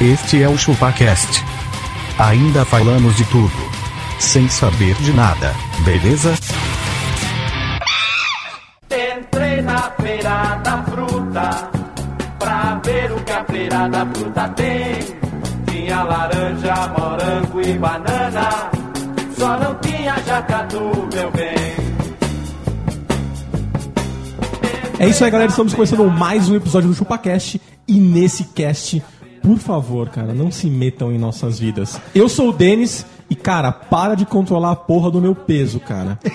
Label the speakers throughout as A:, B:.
A: Este é o ChupaCast. Ainda falamos de tudo. Sem saber de nada, beleza?
B: Entrei na feira da fruta pra ver o que a feira da fruta tem. Tinha laranja, morango e banana, só não tinha jacatu, meu bem.
C: É isso aí, galera. Estamos começando mais um episódio do ChupaCast. E nesse cast, por favor, cara, não se metam em nossas vidas. Eu sou o Denis e, cara, para de controlar a porra do meu peso, cara.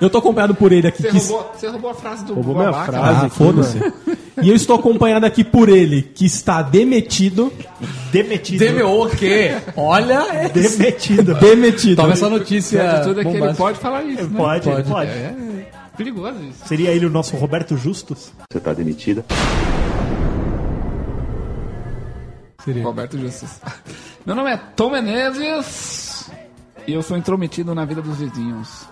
C: Eu tô acompanhado por ele aqui.
D: Você,
C: que-
D: roubou, você roubou a frase do
E: Roubou minha
D: Babaca.
E: frase.
C: Ah,
E: aqui,
C: foda-se. E eu estou acompanhado aqui por ele, que está demitido.
E: Demetido.
F: Temeu o quê? Olha essa.
E: Demetido.
C: Demetido.
F: Toma essa notícia.
D: Pior de tudo é que ele
F: bombástica.
D: pode falar isso, né? é
E: Pode, pode.
F: Pode.
D: Perigoso isso.
E: Seria ele o nosso Roberto Justus?
G: Você tá demitida.
D: Roberto Justus. Meu nome é Tom Menezes e eu sou intrometido na vida dos vizinhos.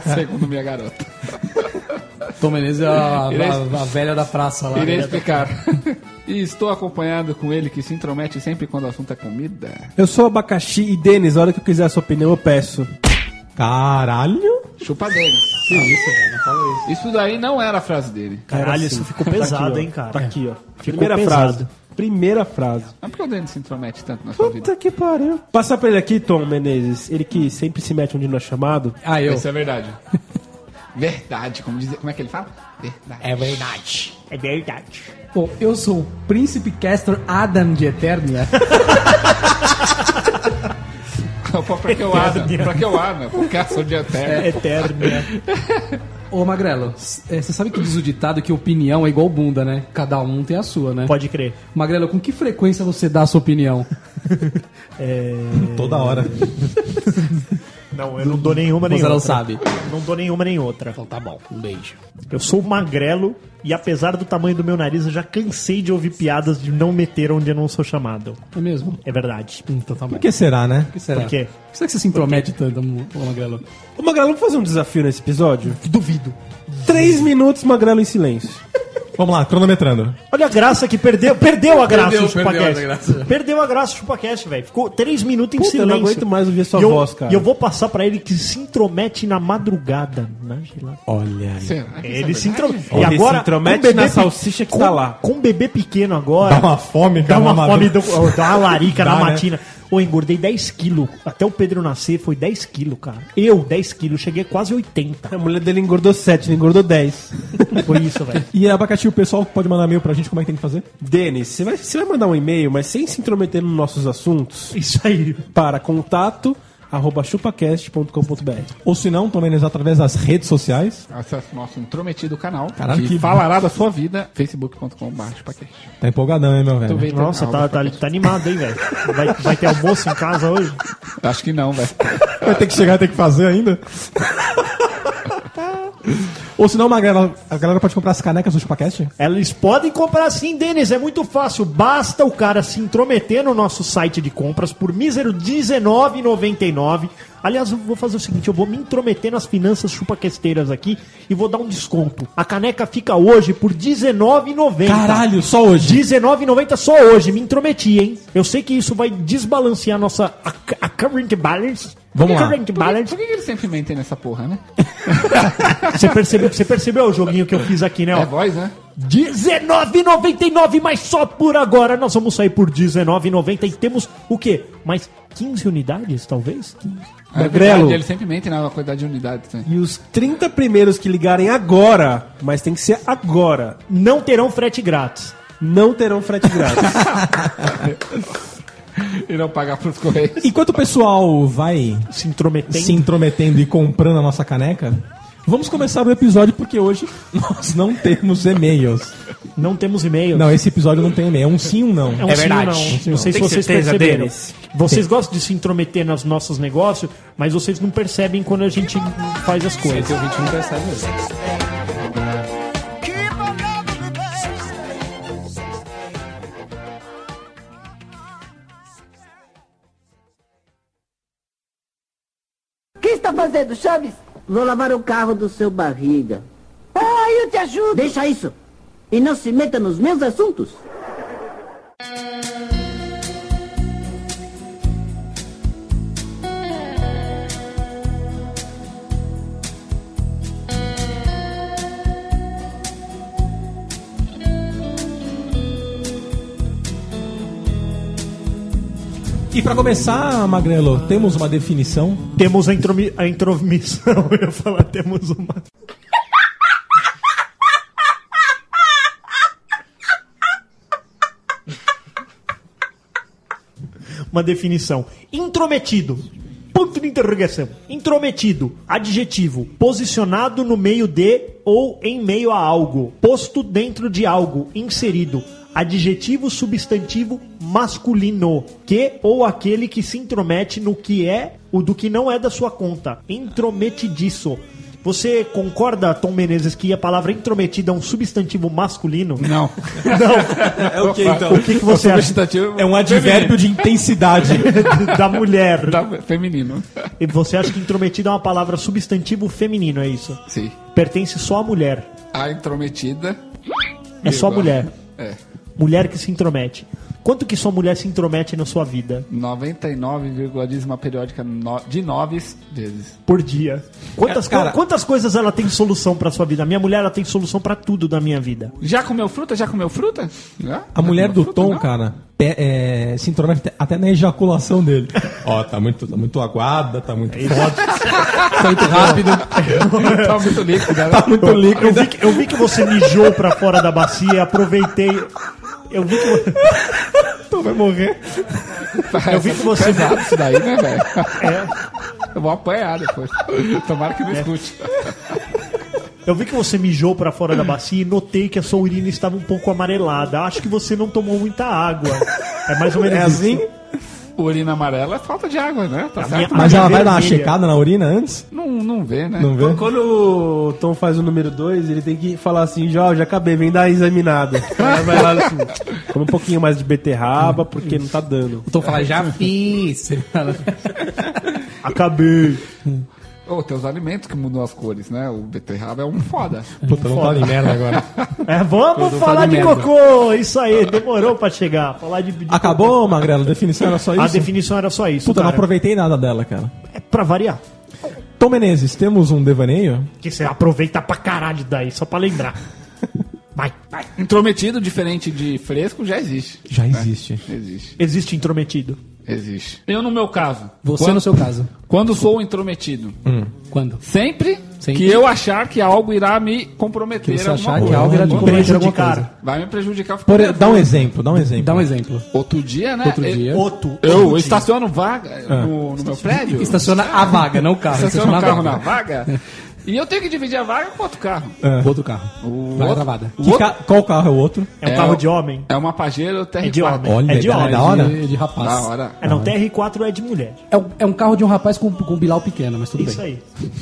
D: Segundo minha garota.
F: Ah. Tom Menezes é a,
D: Ele é-
F: a- a velha da praça lá. né?
D: Irei explicar. e estou acompanhado com ele que se intromete sempre quando o assunto é comida.
H: Eu sou abacaxi e Denis, a hora que eu quiser a sua opinião, eu peço.
C: Caralho.
D: Chupa deles. isso, daí não era a frase dele.
E: Caralho, isso ficou pesado, hein, cara?
H: Tá aqui, assim. ó.
E: Ficou
H: Primeira
E: pesado.
H: frase. Primeira frase.
D: Mas por que o Denis se intromete tanto na sua vida?
H: Puta que pariu. Passar pra ele aqui, Tom Menezes. Ele que sempre se mete onde não é chamado.
F: Ah, eu.
D: Isso é verdade. Verdade, como, diz, como é que ele fala? Verdade.
F: É verdade. É verdade. Bom, eu sou o Príncipe Castor Adam de Eternia.
D: Pô, pra que o Adam? Pra que o Adam? Por causa de eterno.
C: É.
E: Eterno.
H: né?
F: Ô, Magrelo, é, você sabe que diz o ditado que opinião é igual bunda, né? Cada um tem a sua, né?
E: Pode crer.
F: Magrelo, com que frequência você dá a sua opinião?
C: Toda hora.
E: Não, eu não dou nenhuma nem
F: Você
E: outra.
F: não sabe.
E: Não dou nenhuma nem outra.
F: Então tá bom, um beijo.
E: Eu sou magrelo e apesar do tamanho do meu nariz, eu já cansei de ouvir piadas de não meter onde eu não sou chamado.
F: É mesmo?
E: É verdade.
F: Então tá bom.
C: Por que será, né?
F: que será?
E: Por quê?
F: Por que será que você se intromete tanto, ô, Magrelo?
H: Ô, Magrelo, vamos fazer um desafio nesse episódio? Duvido. Três minutos, Magrelo em silêncio.
C: Vamos lá, cronometrando.
E: Olha a graça que perdeu. Perdeu a graça
F: Perdeu,
E: o ChupaCast.
F: perdeu a graça.
E: Perdeu a graça o ChupaCast, velho. Ficou três minutos em
H: Puta, eu
E: silêncio.
H: não aguento mais ouvir a sua
E: e eu,
H: voz, cara.
E: E eu vou passar pra ele que se intromete na madrugada. Na gelada.
H: Olha aí.
D: Será que isso é
E: Ele se
D: verdade?
E: intromete.
H: Ele se intromete
E: com o bebê
H: na
E: pe-
H: salsicha que
E: com,
H: tá lá.
E: Com o bebê pequeno agora.
C: Dá uma fome,
E: Dá
C: cara,
E: uma
C: uma
E: fome, do, oh,
C: madru-
E: dá uma larica
C: Dá,
E: na
C: né?
E: matina. Ô, engordei 10 quilos. Até o Pedro nascer foi 10 quilos, cara. Eu, 10 quilos, cheguei a quase 80.
H: A mulher dele engordou sete, ele engordou dez.
E: Foi isso, velho.
C: E abacaxi, o pessoal pode mandar e-mail pra gente como é que tem que fazer?
H: Denis, você vai, você vai mandar um e-mail, mas sem se intrometer nos nossos assuntos,
E: Isso aí.
H: para contato arroba chupacast.com.br.
C: Ou se não, também através das redes sociais.
D: Acesse nosso intrometido canal
C: Caralho,
D: que,
C: que-
D: falará da sua vida facebook.com.br paquete.
C: Tá empolgadão, hein, meu velho?
E: Nossa, tá, tá, tá animado, hein, velho. Vai, vai ter almoço em casa hoje?
D: Acho que não, velho.
C: Vai ter que chegar e ter que fazer ainda. Ou se não, Magrela, a galera pode comprar as canecas do ChupaCast?
E: Eles podem comprar sim, Denis, é muito fácil. Basta o cara se intrometer no nosso site de compras por mísero R$19,99. Aliás, eu vou fazer o seguinte, eu vou me intrometer nas finanças chupaquesteiras aqui e vou dar um desconto. A caneca fica hoje por R$19,90.
C: Caralho, só hoje.
E: R$19,90 só hoje, me intrometi, hein? Eu sei que isso vai desbalancear nossa a, a current balance.
C: Vamos lá.
D: Por
E: Current
D: que, por
E: balance.
D: que ele sempre mente nessa porra, né?
E: Você percebeu, você percebeu o joguinho que eu fiz aqui, né? ó?
D: É voz, né?
E: R$19,99, mas só por agora nós vamos sair por R$19,90 e temos o quê? Mais 15 unidades, talvez?
D: É verdade, ele sempre mente na quantidade de unidades. Né?
H: E os 30 primeiros que ligarem agora, mas tem que ser agora,
E: Não terão frete grátis.
H: não terão frete grátis.
D: E não pagar pros correios.
C: Enquanto o pessoal vai
E: Se intrometendo.
C: se intrometendo e comprando a nossa caneca, vamos começar o episódio porque hoje nós não temos e-mails.
E: Não temos e-mail.
C: Não, esse episódio não tem e-mail. É um sim ou não.
E: É, um verdade. Não. não sei se vocês perceberam. Vocês gostam de se intrometer nos nossos negócios, mas vocês não percebem quando a gente faz as coisas.
I: O que está fazendo, Chaves? Vou lavar o carro do seu barriga. Ah, eu te ajudo. Deixa isso. E não se meta nos meus assuntos.
C: E pra começar, Magrelo, temos uma definição.
E: Temos a, intromi a intromissão, eu ia falar, temos uma. uma definição. Intrometido. Ponto de interrogação. Intrometido. Adjetivo. Posicionado no meio de ou em meio a algo. Posto dentro de algo. Inserido. Adjetivo substantivo masculino. Que ou aquele que se intromete no que é ou do que não é da sua conta. Intrometidiço. Você concorda, Tom Menezes, que a palavra intrometida é um substantivo masculino?
D: Não.
C: É o que então?
E: O que, que você acha
D: Substantivo
C: É um advérbio de intensidade.
E: da mulher?
D: feminino. Tá, feminino.
E: E você acha que intrometido é uma palavra substantivo feminino, é isso?
D: Sim.
E: Pertence só à mulher.
D: A intrometida.
E: É só
D: Igual.
E: mulher.
D: É.
E: Mulher que se intromete. Quanto que sua mulher se intromete na sua vida
D: 99,1 dízima periódica no- de nove vezes.
E: por dia? Quantas,
C: É, cara-
E: co- quantas coisas ela tem solução pra sua vida? A minha mulher ela tem solução pra tudo da minha vida.
D: Já comeu fruta? Já comeu fruta? Já?
C: A mulher do Tom,
D: cara.
C: cara, pe- é, se intromete até na ejaculação dele. Ó, tá muito, tá muito aguada, tá muito forte,
F: Tá muito rápido.
D: Tá muito líquida. né?
C: tá muito
E: Eu
C: líquida.
E: vi que, eu vi que você mijou pra fora da bacia e aproveitei. Eu vi que, vo-
C: Vai morrer.
E: eu vi que você.
D: Pesado isso daí, né, velho? Eu vou apanhar depois. Tomara que não escute.
E: Eu vi que você mijou pra fora da bacia e notei que a sua urina estava um pouco amarelada. Acho que você não tomou muita água. É mais ou menos
C: É assim?
E: isso.
D: Urina amarela é falta de água, né? Tá certo?
C: Mas ela vai dar uma
E: é vermelha.
C: checada na urina antes?
D: Não, não vê, né?
C: Não vê?
H: Quando o Tom faz o número 2, ele tem que falar assim, Jorge, acabei, vem dar a examinada. Aí vai lá assim, come um pouquinho mais de beterraba, porque não tá dando.
F: O Tom fala, já fiz. Ele fala,
E: Acabei.
D: Ô, tem os alimentos que mudam as cores, né? O beterraba é um foda.
C: Puta, não fala em merda agora.
E: É, vamos falar de cocô! Isso aí, demorou pra chegar. Falar de, de
C: Acabou, Magrelo? A definição era só
E: cocô. A
C: isso?
E: definição era só isso.
C: Puta, não
E: cara.
C: aproveitei nada dela, cara.
E: É pra variar.
C: Tom Menezes, temos um devaneio?
E: Que você aproveita pra caralho daí, só pra lembrar. Vai.
D: Intrometido, diferente de fresco, já existe.
C: Já existe.
D: Existe.
E: Existe intrometido.
D: Existe. Eu, no meu caso,
F: Você
D: quando,
F: no seu caso.
D: quando sou intrometido,
F: Quando?
D: sempre,
F: Sempre.
D: que eu achar que algo irá me comprometer.
F: Que você
D: alguma
F: achar que
D: coisa.
F: algo irá te
E: Vamos
F: comprometer alguma
E: prejudicar.
F: coisa.
D: Vai me prejudicar. ficar
C: Por,
D: nervoso.
C: dá um exemplo, dá um exemplo.
F: Dá um exemplo.
D: Outro dia, né?
F: Outro
D: Eu-
F: dia. Ah.
E: Outro.
D: Eu estaciono vaga eh, no, no meu prédio.
F: Estaciona a vaga, não o carro.
D: Estaciono o carro na
F: vaga.
D: vaga.
F: É.
D: E eu tenho que dividir a vaga com outro carro.
F: Outro carro. Vaga
D: outro-
F: travada.
D: O
C: Que
D: outro-
C: ca- Qual carro é o outro?
E: É um
D: É
E: carro
D: o-
E: de homem.
D: É uma Pajero TR4.
E: É de homem.
C: Olha,
E: é de
C: cara,
E: homem.
C: da hora.
F: De, de rapaz.
D: Da hora.
E: É, não, TR4 é de mulher.
F: É um, é um carro de um rapaz com, com um bilau pequeno, mas tudo
E: Isso
F: bem.
E: aí.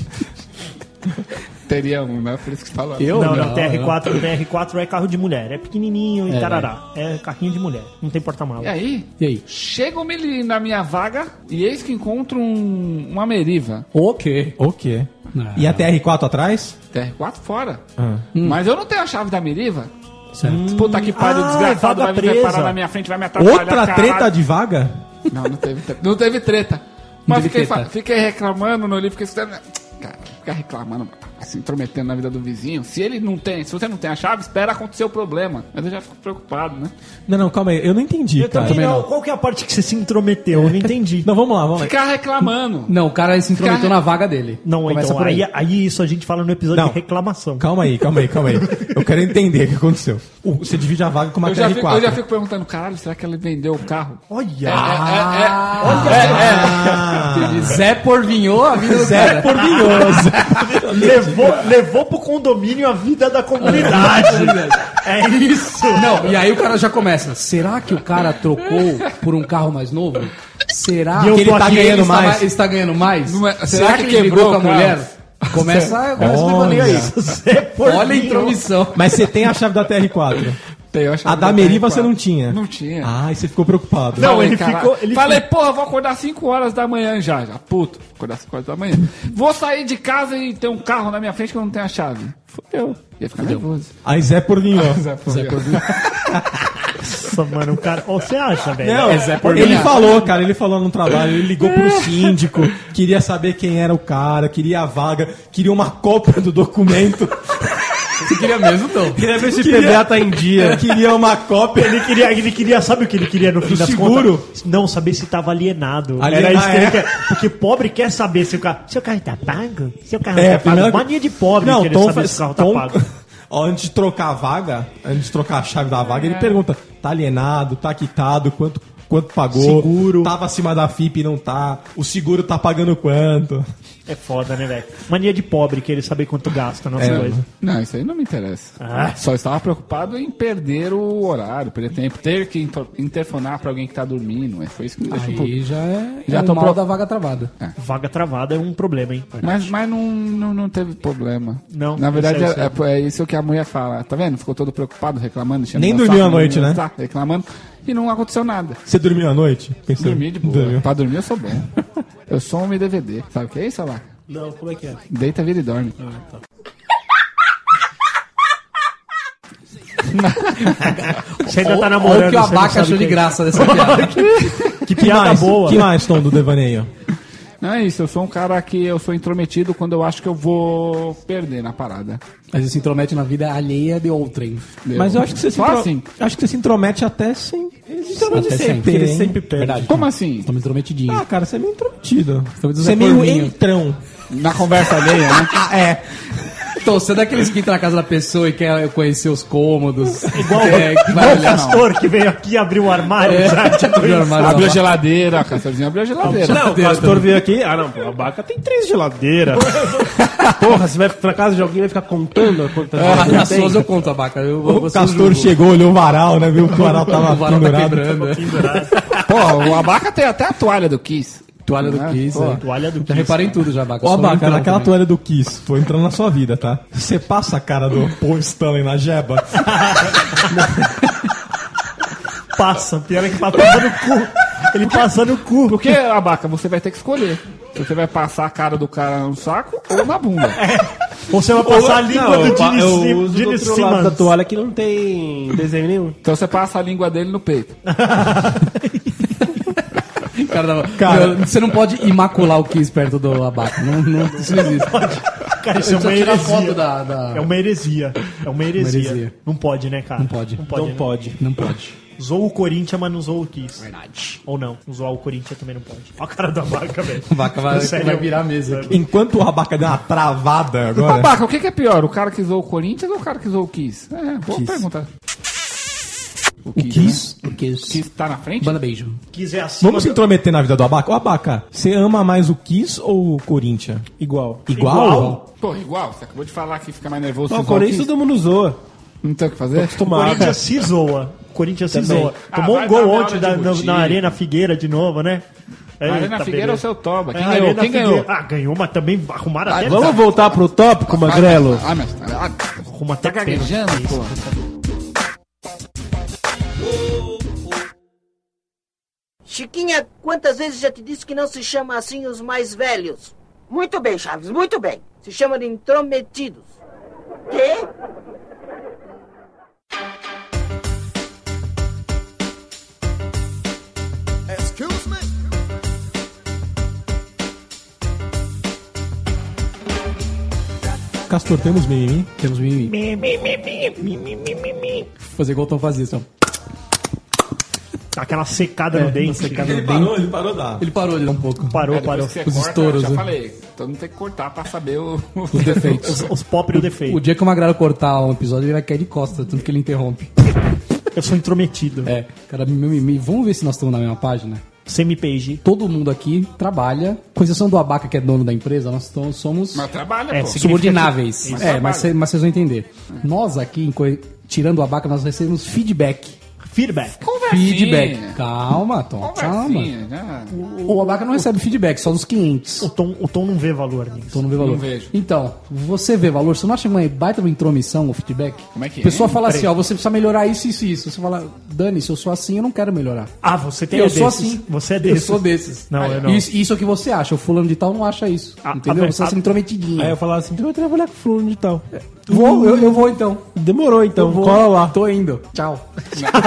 D: Teria um, né? Por isso que falaram.
F: Eu
E: Não, não, TR4, TR4 é carro de mulher. É pequenininho e tarará. É carrinho de mulher. Não tem
D: E
E: porta-mala.
D: aí,
F: E aí?
D: chegam-me na minha vaga e eis que encontro um, uma Meriva.
F: O quê?
C: O quê?
F: Não.
C: E a TR4 atrás?
D: TR4 fora.
F: Ah.
D: Mas eu não tenho a chave da Meriva.
F: Certo.
D: Puta que pariu,
E: Ah,
D: desgraçado.
E: vaga
D: Vai me
E: presa.
D: preparar na minha frente, vai me atrapalhar.
C: Outra
D: caralho.
C: treta de vaga?
D: Não, não teve treta. Não teve treta. Mas
F: teve
D: fiquei, fa-
F: treta.
D: fiquei reclamando no livro, fiquei escutando. né? Cara, ficar reclamando, tá se intrometendo na vida do vizinho. Se ele não tem, se você não tem a chave, espera acontecer o problema. Mas eu já fico preocupado, né?
C: Não, não, calma aí. Eu não entendi,
E: Eu
C: cara.
E: também não. Qual que é a parte que você se intrometeu? Eu não entendi.
C: Não, vamos lá, vamos lá.
D: Ficar reclamando.
F: Não, o cara se intrometeu
D: Cara-
F: na vaga dele.
E: Não,
F: Começa
E: então,
F: por aí.
E: aí. Aí, isso a gente fala no episódio
C: Não.
E: de reclamação.
C: Calma aí, calma aí, calma aí. Eu quero entender o que aconteceu. O- Você divide a vaga com uma
D: Eu já,
C: TR4.
D: fico, eu já Ah, fico perguntando, caralho, será que ele vendeu o carro? É,
E: Olha!
C: Ah.
F: Zé Porvinhou, a vida do
C: É
F: Zé Porvinhou.
E: Levou, levou pro condomínio a vida da comunidade. é isso.
F: Não, e aí o cara já começa. Será que o cara trocou por um carro mais novo? Será
E: E eu
F: que
E: tô aqui,
C: ele está mais-
F: Está, ganhando mais?
D: Não é-
F: Será,
D: será
F: que,
D: que
F: ele
D: quebrou
F: brigou com a
D: o carro?
F: mulher? Começa, começa o devaneio aí.
C: Olha.
E: Zé Porvinho.
F: é Olha a intromissão.
C: Mas você tem a chave da TR4.
D: Tem,
C: A da Meriva você não tinha.
D: Não tinha.
C: Ah, e você ficou preocupado.
E: Não,
D: Falei,
E: ele
D: caralho.
E: ficou- ele
D: Falei, porra, vou acordar 5 horas da manhã já, já, puto. Vou acordar 5 horas da manhã. Vou sair de casa e ter um carro na minha frente que eu não tenho a chave. Fudeu. Ia ficar nervoso.
C: Aí Zé Porvinhol.
D: Zé Porvinho.
E: Nossa, mano, o cara. Ó, Você acha, velho?
C: Não,
F: É Zé Porvinhol.
C: ele falou, cara, ele falou no trabalho, ele ligou pro síndico, queria saber quem era o cara, queria a vaga, queria uma cópia do documento.
F: Você queria mesmo, então?
H: Queria ver se PVA tá em dia.
C: Queria uma cópia.
E: Ele queria, ele queria, sabe o que ele queria no fim das
C: seguro?
E: contas? Não, saber se tava alienado.
C: Alienar,
E: Era isso que ele
C: é.
E: quer. Porque pobre quer saber se o carro. Seu carro tá pago? Seu carro
C: É,
E: tá pago.
C: primeira-
E: Mania de pobre
C: Não,
E: querer
C: Tom
E: saber
C: faz.
E: se o carro tá
C: Tom-
E: pago.
C: Ó, antes de trocar a vaga, antes de trocar a chave da vaga, ele pergunta: tá alienado, tá quitado, quanto, quanto pagou?
E: Seguro.
C: Tava acima da FIP e não tá. O seguro tá pagando quanto?
E: É foda, né, velho? Mania de pobre querer saber quanto gasta nas coisas.
D: Não, isso aí não me interessa.
E: Ah.
D: Só estava preocupado em perder o horário, perder tempo, ter que inter- interfonar pra alguém que tá dormindo. É, Foi isso que me deixou um pouco.
F: Aí já é,
D: Já
F: é
D: tô
F: o mal
D: pro-
F: da vaga travada.
E: Vaga travada é um problema, hein?
D: Mas, mas não, não, não teve problema.
E: Não,
D: Na verdade,
E: isso aí,
D: é, é isso que a mulher fala. Tá vendo? Ficou todo preocupado, reclamando. enchendo
C: Nem
D: meu
C: dormiu
D: saco,
C: à noite,
D: enchendo
C: né?
D: meu saco, reclamando. E não aconteceu nada.
C: Você dormiu à noite? Pensando-
D: Dormi de boa.
C: Dormiu.
D: Pra dormir eu sou bom. Eu sou um DVD. Sabe o que é isso, lá?
H: Não, como é que é?
D: Deita, vira e dorme.
E: Você ainda tá namorando.
F: Olha o que o
E: você não
F: Abaca
E: sabe
F: achou de
E: quem-
F: graça dessa piada.
E: Que
C: Que
E: piada
C: mais?
E: boa.
C: Que mais, Tom, do devaneio?
D: Não é isso, eu sou um cara que eu sou intrometido quando eu acho que eu vou perder na parada.
F: Mas isso se intromete na vida alheia de outrem.
C: Mas eu acho que você se,
D: Só
C: intro-
D: assim?
C: acho que você se intromete até sem. sempre,
F: Até sempre.
C: hein?
H: Sempre perde.
D: Como assim?
F: Estamos intrometidinhos.
C: Ah, cara, você é meio intrometido.
F: Talvez
C: Você é
F: o Zé
C: meio
F: Corvinho.
C: entrão.
D: Na conversa alheia, né?
C: Ah, é.
F: Então, você é daqueles que entra na casa da pessoa e quer conhecer os cômodos. Igual é, que vai
E: O
F: olhar, não.
E: pastor que veio aqui abrir o armário.
F: É,
E: sabe? Tipo
F: abriu o
E: isso.
F: armário.
D: abriu a geladeira, a Castorzinha abriu a geladeira.
H: Não, o pastor veio aqui. Ah, não, pô, a vaca tem três geladeiras. Porra, você vai pra casa de alguém e vai ficar contando quantas
E: É.
F: Ah,
H: geladeiras
F: Nas
H: tem?
F: suas eu conto, Abaca. Eu,
C: O
F: você
C: Castor chegou, olhou o varal, né? Viu que o varal tava
F: O varal tá
C: pendurado.
F: quebrando. né?
D: Pô, o Abaca tem até a toalha do Kiss.
F: Toalha do
D: Ah,
F: Kiss.
D: pô.
F: é.
E: Toalha do
F: Já
E: Kiss,
F: reparei em tudo, já, Abaca.
C: Ó,
F: Sou
C: Baca,
F: um
C: naquela
F: também.
C: toalha do Kiss, foi entrando na sua vida, tá? Você passa a cara do Paul Stanley na jeba.
E: Passa. Pior é que passa no cu. Ele passa no cu.
D: Porque, Abaca, você vai ter que escolher. Se Você vai passar a cara do cara no saco ou na bunda.
E: Ou você vai passar a língua
H: Não,
E: do
H: eu, pa-
E: Gene,
H: eu
E: Sim-
H: uso do
E: Gene
H: outro lado da
E: Simmons.
H: toalha que não tem desenho nenhum.
D: Então você passa a língua dele no peito.
F: Cara, não,
C: Cara.
F: eu- você não pode imacular o Kiss perto do Abaca. Não, não, isso não existe.
E: Cara, isso é
F: Eu
E: uma
F: só tirar
E: heresia.
F: foto da, da-
E: É uma heresia. É uma heresia.
F: heresia.
E: Não pode, né, cara? Não
F: pode.
E: Não pode.
H: não
E: né?
H: pode.
F: Não pode.
E: Zoou o Corinthians, mas não zoou o Kiss. Verdade. Ou não. Zoar o Corinthians também não pode. Olha a cara da vaca, velho.
F: A vaca vai,
E: Sério?
F: vai virar a mesa aqui.
C: Enquanto o Abaca deu uma travada agora.
D: Abaca, o que que é pior? O cara que zoou o Corinthians ou o cara que zoou o Kiss? É, boa pergunta. O Kiss,
F: O
D: né?
F: Kiss.
D: Kiss tá na frente?
F: Banda beijo.
E: Kiss é assim.
C: Vamos se intrometer na vida do Abaca? Ô, Abaca, você ama mais o Kiss ou o Corinthians?
H: Igual.
C: Igual?
E: Igual.
D: Pô, igual. Você acabou de falar que fica mais nervoso.
H: Não,
D: se
H: o
D: zoar o
H: Corinthians
D: Kiss.
H: todo mundo zoa.
D: Não tem o que fazer?
E: O
H: Acostumado.
E: Corinthians se zoa. O Corinthians se
H: Também.
E: zoa.
D: Ah,
E: Tomou um
D: vai
E: gol
D: dar hora
E: ontem
D: de
E: da- na,
D: discutir.
E: na Arena Figueira de novo, né?
D: Na Arena
H: Tá,
E: Eita,
D: Figueira
E: beleza.
D: ou seu Toba? Quem
E: É,
D: ganhou?
E: Arena
D: Quem ganhou?
E: Figueira. Ah, ganhou, mas também arrumaram até...
H: Vamos voltar pro tópico, Magrelo?
D: Ah, mas tá
E: Arruma até pênalti.
D: gaguejando, pô.
I: Chiquinha, quantas vezes já te disse que não se chama assim os mais velhos? Muito bem, Chaves, muito bem. Se chama de intrometidos. Quê?
C: Castor, temos mimimi?
F: Temos mimimi. Fazer igual o Tom fazia, então.
E: Aquela secada no dente.
C: parou, ele parou da...
F: Ele parou de dar um pouco.
E: Parou, parou.
D: Depois que você
F: Os
D: corta,
F: estouros,
D: Já
F: né?
D: falei. Então não tem que cortar pra saber o...
F: Os defeitos.
E: Os, os pop e o
F: O
E: defeito.
F: dia que o Magrelo cortar um episódio, ele vai cair de costa, tanto que ele interrompe.
E: Eu sou intrometido.
F: É, cara, mimimi. Vamos ver se nós estamos na mesma página?
E: Você me PG.
F: Todo mundo aqui trabalha, com exceção do Abaca, que é dono da empresa, nós to- somos
D: Mas trabalha,
E: É,
D: pô.
E: sim.
F: subordináveis.
E: Mas
F: é, mas, cê- mas vocês vão entender. Nós aqui, em coi- tirando o Abaca, nós recebemos feedback.
E: Feedback.
D: Conversinha.
F: Feedback. Calma, Tom, calma.
D: Conversinha, né?
F: O Abaca não recebe feedback, só dos clientes.
E: O Tom, o Tom não vê valor
F: Então
E: nisso.
F: não vê valor.
D: Não vejo.
F: Então, você vê valor, você não acha uma baita uma intromissão, o feedback?
D: Como é que
F: A pessoa
D: é?
F: fala assim, ó, você precisa melhorar isso, isso e isso. Você fala, Dani, se eu sou assim, eu não quero melhorar.
E: Ah, você tem
F: eu
E: é
F: sou
E: desses.
F: assim.
E: Você é
F: Eu
E: desses.
F: sou desses.
E: Não,
F: Ah,
E: eu não.
F: Isso, isso é o que você acha. O fulano de tal não acha isso.
E: A-
F: entendeu?
E: a ver-
F: você está
E: a- É.
F: sendo intrometidinho.
H: Aí eu falava assim, então eu vou trabalhar com fulano de tal.
F: Vou, eu, eu vou então.
H: Demorou então,
F: eu vou,
H: cola lá.
F: Tô indo. Tchau.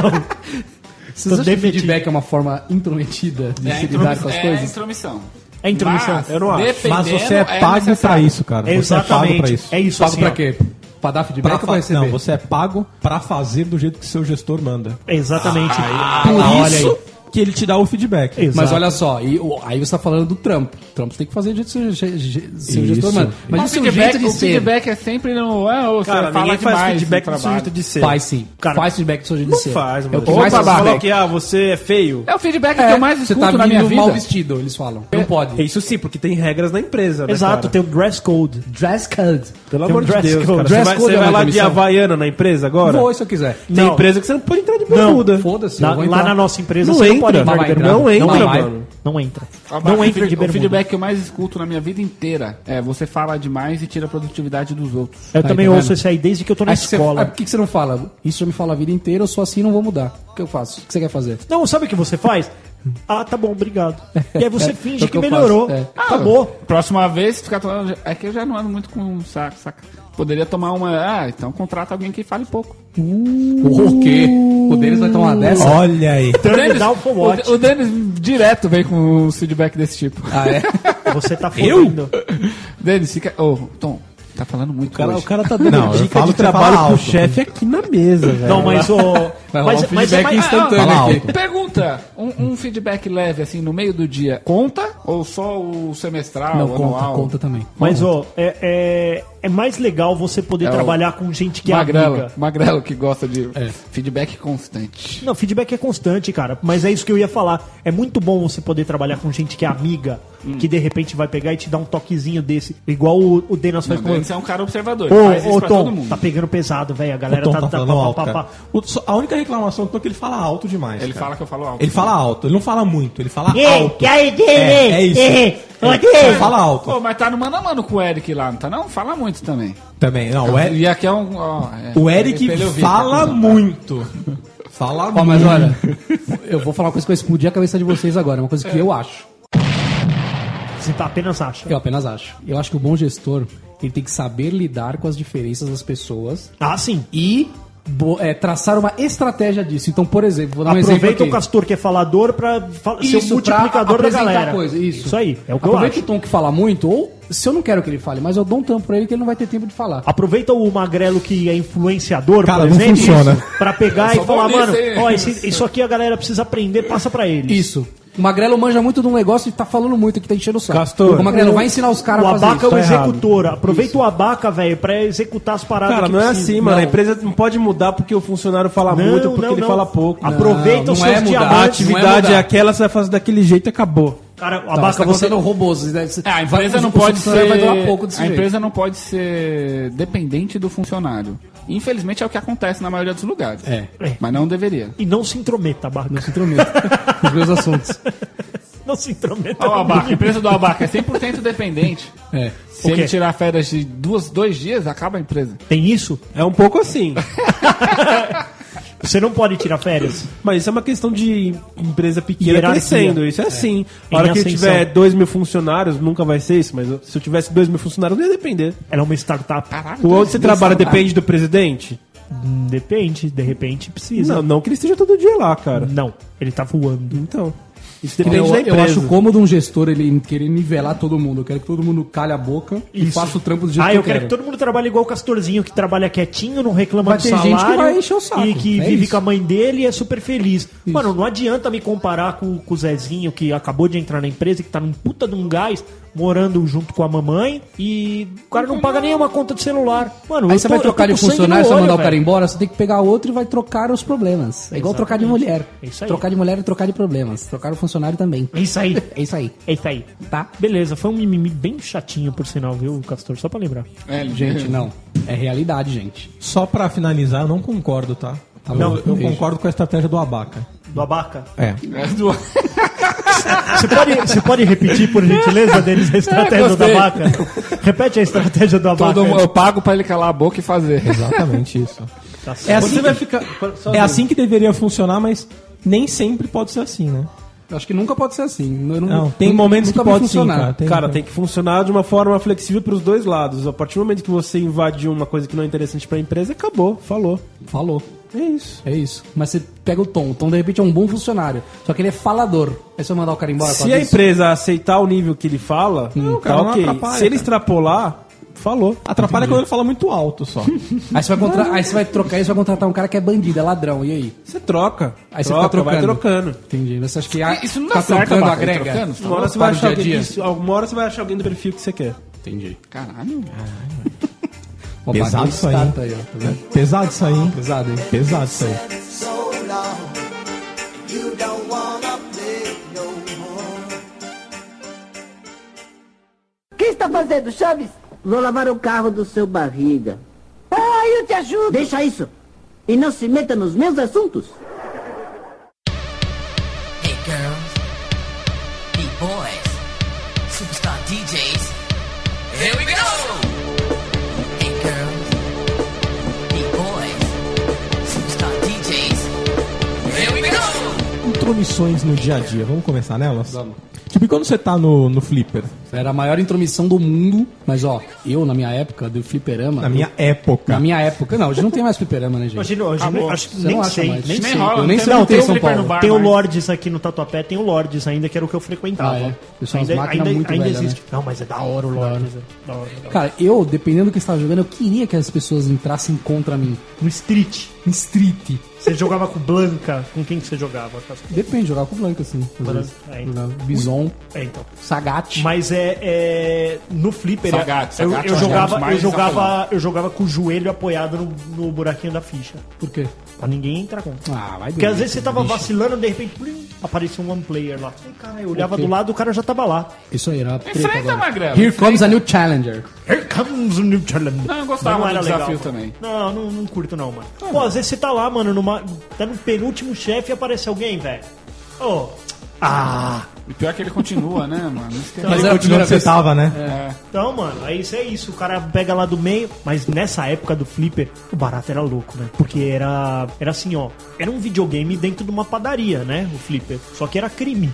F: Vocês acham que
E: demitido.
F: feedback é uma forma intrometida de se lidar com as
D: É
F: coisas?
D: intromissão.
E: É intromissão.
D: Mas,
E: Eu não acho.
D: dependendo,
C: Mas você é pago pra
D: necessário.
C: isso, cara. Você é pago pra
E: Exatamente.
C: isso.
E: É isso
F: Pago
E: assim.
F: pra
E: ó.
F: quê? Pra dar feedback
C: Pra
F: ou
C: fa-
F: pra receber?
C: Não, você é pago pra fazer do jeito que seu gestor manda.
E: Exatamente. Ah,
C: Por
F: lá, olha
C: isso que ele te dá o feedback.
E: Exato.
F: Mas olha só, e o- aí você tá falando do trampo. O trampo você tem que fazer do jeito que seu, ge- ge- seu
C: Isso.
F: gestor manda. Mas
D: o
F: isso é um
D: feedback,
F: jeito de
D: o
F: ser.
D: feedback é sempre no. Ah, ou você
H: Cara,
D: fala
H: ninguém
D: demais
H: faz
D: no
H: feedback do
D: trabalho.
H: sujeito de ser.
F: Faz sim.
E: Cara,
F: faz feedback do seu jeito
H: Não
F: de ser.
H: faz,
F: É
H: mano.
F: o que mais
H: Você
F: faz.
H: falou que, ah, você é feio.
D: É o feedback que eu mais
F: Você
D: escuto
F: tá
D: na minha
F: vindo
D: vida.
F: mal vestido, eles falam. Não pode.
H: Isso sim, porque tem regras na empresa, né,
E: Exato,
H: cara?
E: tem o dress code.
F: Dress code.
H: Pelo
E: tem um
H: amor de
E: dress
H: Deus,
E: code.
H: cara. Você
F: Dress
H: vai,
F: code
H: você
F: é
H: vai
F: uma
H: lá de
F: demissão.
H: Havaiana na empresa agora?
F: Vou se eu quiser.
H: Tem
E: Não.
H: empresa que você não pode entrar de bermuda.
F: Foda-se. eu
E: Na-
F: vou
E: lá
F: entrar.
E: na nossa empresa
H: Não
E: você não
H: entra.
E: pode
H: Não
E: entrar de
F: vai
E: bermuda.
H: entrar. Não entra,
E: vai.
H: mano.
E: Não entra.
D: Trabalho.
E: Não entra de
D: Ah, O é
E: bermuda.
D: feedback que eu mais escuto na minha vida inteira é você fala demais e tira a produtividade dos outros.
E: Eu
F: Aí,
E: também
F: tá
E: ouço
F: vendo?
E: esse aí desde que eu tô na
F: Aí você- ah,
E: escola.
F: Por que que você não fala? Isso já me fala a vida inteira, eu sou assim e não vou mudar. O que eu faço? O que você quer fazer?
E: Não, sabe o que você faz? Ah, tá bom, obrigado. E aí você
F: É,
E: finge
F: é o
E: que,
F: que eu
E: melhorou.
F: faço, é.
E: Acabou.
D: Próxima vez, ficar tomando. É que eu já não ando muito com um saco, saca? Poderia tomar uma. Ah, então contrata alguém que fale pouco.
F: O quê? O deles vai tomar dessa?
C: Olha aí.
H: Então,
E: Turn it
D: Dennis-
E: down for what?
D: o, o Denis direto vem com um feedback desse tipo.
F: Ah, é?
E: Você tá fodendo.
D: Denis, fica. Ô, Tom, tá falando muito.
H: O cara,
D: hoje.
H: o cara tá dando
C: Não, eu
H: dica
C: falo
H: de
C: que você
H: trabalho
C: fala
H: pro
C: alto.
H: chefe aqui na mesa, velho.
E: Não, mas o.
F: Vai rolar um
E: Mas, é mas,
F: feedback
E: mas,
F: instantâneo
D: Ah, ah,
F: aqui.
D: ah, Pergunta: um, um feedback leve, assim, no meio do dia, conta? Ou só o semestral?
F: Não,
D: o
F: conta,
D: anual?
F: conta também.
E: mas ó, é, é, é mais legal você poder
D: É o-
E: trabalhar com gente que é
D: Magrelo,
E: amiga.
D: magrelo que gosta de feedback constante.
E: Não, feedback é constante, cara. Mas é isso que eu ia falar. É muito bom você poder trabalhar com gente que é amiga, que de repente vai pegar e te dar um toquezinho desse. Igual o, o Denas faz
D: Não,
E: com
D: Você é um cara observador. faz
E: Ô,
D: isso
E: ô
D: pra todo
E: Tom,
D: mundo.
E: tá pegando pesado, velho. A galera
C: Tom
E: tá,
C: tá
E: tá
C: falando
E: pá,
C: alto,
E: pá, pá,
C: cara.
E: pá.
C: O- só- a única reclamação que eu tô é que ele fala alto demais.
D: Ele
C: cara.
D: fala que eu falo alto.
C: Ele fala alto, ele não fala muito, ele fala
E: Ei,
C: tá alto.
E: que aí, Denis?
C: É, é isso.
E: Ei, ô, Denis?
C: Ele fala alto.
D: Pô, mas tá no mano a mano com o Eric lá, não tá não? Fala muito também.
C: Também. Não, o, Eric-
D: E aqui é um... ó, é,
C: o Eric
D: ele- ele ouviu,
C: fala
D: tá com-
C: muito. Fala
F: Ó,
C: muito.
E: Hum.
F: mas olha, eu vou falar uma coisa que vai explodir a cabeça de vocês agora. É uma coisa que eu acho.
E: Você tá apenas acha.
F: Eu apenas acho. Eu acho que o bom gestor, ele tem que saber lidar com as diferenças das pessoas
E: Ah, sim.
F: e bo- é, traçar uma estratégia disso. Então, por exemplo, vou dar um
E: Aproveita
F: exemplo
E: o
F: aqui.
E: Castor que é falador pra fa- ser o
F: Isso, pra
E: multiplicador da
F: apresentar
E: galera.
F: Coisa, isso.
E: aí, é o que
F: Aproveita
E: eu
F: o
E: acho.
F: Tom que fala muito, ou se eu não quero que ele fale, mas eu dou um tampo pra ele que ele não vai ter tempo de falar.
E: Aproveita o magrelo que é influenciador,
C: Cara,
E: por
C: não
E: exemplo,
C: funciona.
E: pra pegar
D: Só
E: e falar,
D: vou
E: mano,
D: nisso, hein?
E: ó, esse- isso aqui a galera precisa aprender, passa pra eles.
F: Isso. O Magrelo manja muito de um negócio e tá falando muito que tá enchendo o saco.
H: Castor.
F: o Magrelo vai ensinar os caras
E: o
F: a fazer
E: abaca
F: isso.
E: é o
H: tá errado.
E: executor. Aproveita o abaca, velho, pra executar as paradas
H: Cara,
E: que
H: não
C: Tipo,
H: é
E: precisa.
H: assim, mano. A
F: Não.
H: empresa não pode mudar porque o funcionário fala
E: Não,
H: muito ou porque
E: não,
H: ele
E: não.
H: fala pouco.
E: Aproveita
F: Não,
E: os
F: não
E: seus
F: é mudar.
H: A
E: diamantes.
H: atividade
F: mudar.
H: é aquela, você vai fazer daquele jeito e acabou.
E: Cara, o
F: Não,
E: abaca,
F: você tá
E: você...
F: contando robôs. né? Você-
D: É, a
F: vai-
D: empresa não
F: o
D: pode
F: funcionário
D: ser...
F: vai durar pouco desse
D: a
F: jeito.
D: empresa não pode ser dependente do funcionário. Infelizmente é o que acontece na maioria dos lugares.
F: É.
D: Mas não deveria.
E: E não se intrometa, abaca.
F: Não se intrometa nos meus assuntos.
E: Não se intrometa.
D: Ó, o Abaca, a empresa do Abaca é 100% dependente.
F: É.
D: Se
E: O quê?
D: ele tirar férias de duas, dois dias, acaba a empresa.
E: Tem isso?
H: É um pouco assim.
E: Você não pode tirar férias.
H: Mas isso é uma questão de empresa pequena
E: Hierarquia.
H: crescendo. Isso é assim.
E: Em
H: A hora que eu
E: ascensão.
H: tiver 2 mil funcionários, nunca vai ser isso, mas eu- se eu tivesse 2 mil funcionários, não ia depender.
E: Ela é uma startup.
D: Caralho.
H: O onde você
D: dois
H: trabalha
D: salários.
H: depende do presidente?
E: Hum, Depende, de repente precisa.
H: Não, não que ele esteja todo dia lá, cara.
C: Uhum.
E: Não, ele tá voando.
H: Então, isso depende
F: eu,
H: da
F: eu
H: empresa.
F: acho cômodo um gestor ele querer nivelar todo mundo. Eu quero que todo mundo calhe a boca e
E: Isso.
F: faça o trampo do jeito
E: Ah,
F: que
E: eu quero que todo mundo trabalhe igual o Castorzinho, que trabalha quietinho, não reclama
F: Vai
E: do
F: ter gente
E: salário.
F: que vai encher o saco.
E: E que
F: É
E: vive
F: isso.
E: com a mãe dele e é super feliz. Mano, não adianta me comparar com, com o Zezinho, que acabou de entrar na empresa, que tá num puta de um gás, morando junto com a mamãe, e o cara não paga nenhuma conta de celular. Mano,
F: Aí
E: eu
F: você
E: tô-
F: vai
E: eu
F: trocar
E: tô
F: de
E: com sangue
F: funcionário,
E: no
F: você vai
E: olho,
F: mandar o cara
E: velho.
F: embora, você tem que pegar outro e vai trocar os problemas. É igual trocar de mulher.
E: É isso aí.
F: Trocar de mulher é trocar de problemas. Trocar o funcionário também.
E: É isso aí,
F: É isso aí,
E: é isso aí.
F: tá?
E: Beleza, foi um mimimi bem chatinho, por sinal, viu, Castor? Só pra lembrar.
D: É,
F: Gente, não. É realidade, gente.
C: Só pra finalizar, eu não concordo, tá?
F: Tá
C: não,
F: bom.
C: eu concordo com a estratégia do Abaca.
E: Do abaca.
C: É.
D: É do-
E: Você pode, você pode repetir, por gentileza, deles a estratégia do
D: gostei.
E: abaca? Repete a estratégia do abaca.
D: Todo mundo- eu pago pra ele calar a boca e fazer.
C: Exatamente isso.
E: Tá certo.
C: É assim, que, é assim que deveria funcionar, mas nem sempre pode ser assim, né?
F: Eu acho que nunca pode ser assim. Eu
C: Não, tem
F: nunca-
C: momentos
F: nunca
C: que
F: vai
C: pode sim,
F: funcionar.
C: cara. Tem,
H: Cara, tem que funcionar de uma forma flexível para os dois lados. A partir do momento que você invade uma coisa que não é interessante para a empresa, acabou, falou.
F: Falou.
H: É isso.
F: É isso. Mas você pega o Tom. O Tom, de repente, é um bom funcionário. Só que ele é falador. Aí você vai mandar o
C: Ah,
E: é
F: cara embora. por
H: Se
F: causa
H: a
F: disso?
H: empresa aceitar o nível que ele fala, tá
C: Hum, cara, não
H: ok.
C: atrapalha,
H: Se ele
C: cara.
H: extrapolar,
C: Falou. Atrapalha quando ele fala muito alto só.
F: Aí você vai, contra... aí você vai trocar isso, vai contratar um cara que é bandido, é ladrão. E aí?
H: Você troca.
F: Aí você
H: troca,
F: fica
H: vai
F: trocando.
H: trocando.
F: Entendi. Você acha que a...
D: Isso não dá certo,
F: trocando,
D: Abaca,
F: agrega?
D: trocando?
H: Uma hora, você vai
F: Para o
H: achar
F: dia a
H: alguém,
F: dia.
H: isso- alguma hora você vai achar alguém do perfil que você quer.
F: Entendi.
D: Caralho.
F: Ó,
C: Pesado
F: bagulho
C: isso aí, hein?
F: estátua ó, tá vendo?
C: Pesado isso aí, hein?
F: Pesado, hein?
C: Pesado isso aí.
G: so long. You don't wanna play no more.
I: O que está fazendo, Chaves? Vou lavar o carro do seu barriga. Ah, eu te ajudo. Deixa isso. E não se meta nos meus assuntos.
G: Hey girls, hey boys, superstar DJs, here we go! Hey girls, hey boys, superstar DJs, here we go!
C: Intromissões no dia a dia. Vamos começar nelas? Tipo, e quando você tá no, no Flipper?
F: Era a maior intromissão do mundo, mas ó, eu na minha época do fliperama.
C: Na minha época.
F: na minha época. Não, hoje não tem mais fliperama, né, gente?
E: Imagina, hoje não- acho que nem
F: acha
E: sei.
F: mais.
E: Nem,
D: Nem
E: sei.
D: rola,
F: eu nem
D: não
F: sei
D: tem-
F: o
D: não
F: que tem
D: tem
F: em São
D: flipper no
F: Paulo.
D: bar.
E: Tem o
D: mais.
E: Lordes aqui no Tatuapé, tem o Lordes ainda, que era o que eu frequentava.
F: Ah, é. Isso é umas
E: Ainda,
F: máquinas
E: ainda,
F: muito
E: ainda
F: velhas, né?
E: existe. Não, mas é da hora o Lordes. é Da hora, da hora.
F: Cara, eu, dependendo do que estava jogando, eu queria que as pessoas entrassem contra mim.
E: No Street.
F: Em street.
E: Você jogava com Blanca? Com quem que você jogava?
F: Depende, jogava com o Blanco, assim. às
E: Blanca,
F: vezes.
E: é.
F: Jogava Bison,
E: É, então.
F: Sagat.
E: Mas é, é- no flipper
D: Sagat,
E: eu,
D: Sagat,
E: eu
D: Sagat,
E: jogava eu
D: mais
E: jogava eu jogava com o joelho apoiado no, no buraquinho da ficha
F: Por quê?
E: Pra ninguém entrar contra.
F: Ah, vai
E: Porque
F: dormir,
E: às vezes você
F: esse
E: tava
F: bicho.
E: vacilando, de repente plim, apareceu um one player lá. Falei, cara, eu olhava
F: Ok.
E: do lado, o cara já tava lá.
F: Isso aí, era uma treta
D: Enfrenta,
F: agora.
D: Magrelo.
F: Here comes a new challenger.
E: Here comes a new challenge.
D: Não, eu gostava
E: Mas
D: do é um desafio
E: mano.
D: também.
E: Não, não, não curto não, mano. Pô, às vezes você tá lá, mano, numa, tá no penúltimo chefe e aparece alguém, velho. Ô, ah,
D: E pior que ele continua, né, mano? Isso que é-
F: Mas
C: Ele
F: era
C: continua
F: a primeira
C: onde você
F: vez.
C: tava, né?
E: Então, mano, aí isso é isso. O cara pega lá do meio, mas nessa época do Flipper, o barato era louco, né? Porque era, era assim, ó. Era um videogame dentro de uma padaria, né? O Flipper. Só que era crime.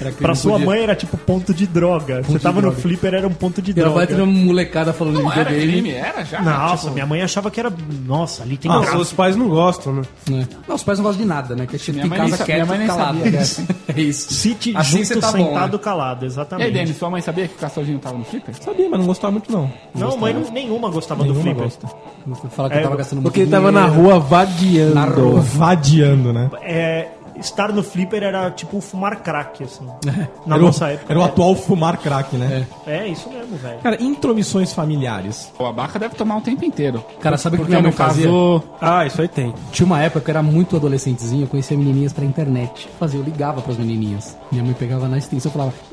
F: Era que
E: Pra
F: não
E: sua
F: podia.
E: mãe era tipo ponto de droga. Você
F: de
E: tava no
F: droga.
E: Flipper, era um ponto de
F: Era
E: droga.
F: vai ter uma molecada falando
D: Não
F: de
D: era crime,
F: videogame.
D: era já?
E: Nossa, minha mãe achava que era. Nossa, ali tem. um
H: Ah,
E: graça.
H: os pais não gostam, né?
F: né? Não, os pais não gostam de nada, né? Que é tipo
D: é. Minha
F: em
D: mãe nem
F: casa
D: sa- minha
F: quieto
D: mãe
F: e
D: nem
F: calado.
D: sabia
F: né?
D: dessa.
F: É isso.
E: Cite
F: Assim você
E: junto,
F: tá bom,
E: sentado,
F: né?
E: calado,
D: E aí,
E: exatamente.
D: Denis, sua mãe sabia que o Castorzinho tava no flipper?
C: Sabia, mas não gostava muito, não.
E: não, mãe não- nenhuma gostava do
C: Nenhuma
E: Flipper.
C: gosta.
F: Fala que eu
E: É,
F: tava gastando muito
H: Porque ele tava na
F: dinheiro.
H: rua vadiando.
F: Na rua.
C: Vadiando, né?
E: É, estar no Flipper era tipo fumar crack, assim. Na
C: era, o,
E: nossa época.
C: era o atual fumar crack, né?
E: É, isso mesmo, velho.
C: Cara, intromissões familiares.
D: O Abaca deve tomar o tempo inteiro.
F: Cara, sabe o que
D: Porque
F: minha
D: não
F: mãe fazia?
D: casou.
H: Ah, isso aí tem.
F: Tinha uma época que eu era muito adolescentezinho, eu conhecia menininhas pra internet. Fazia, eu ligava pras menininhas. Minha mãe pegava na extensão e falava,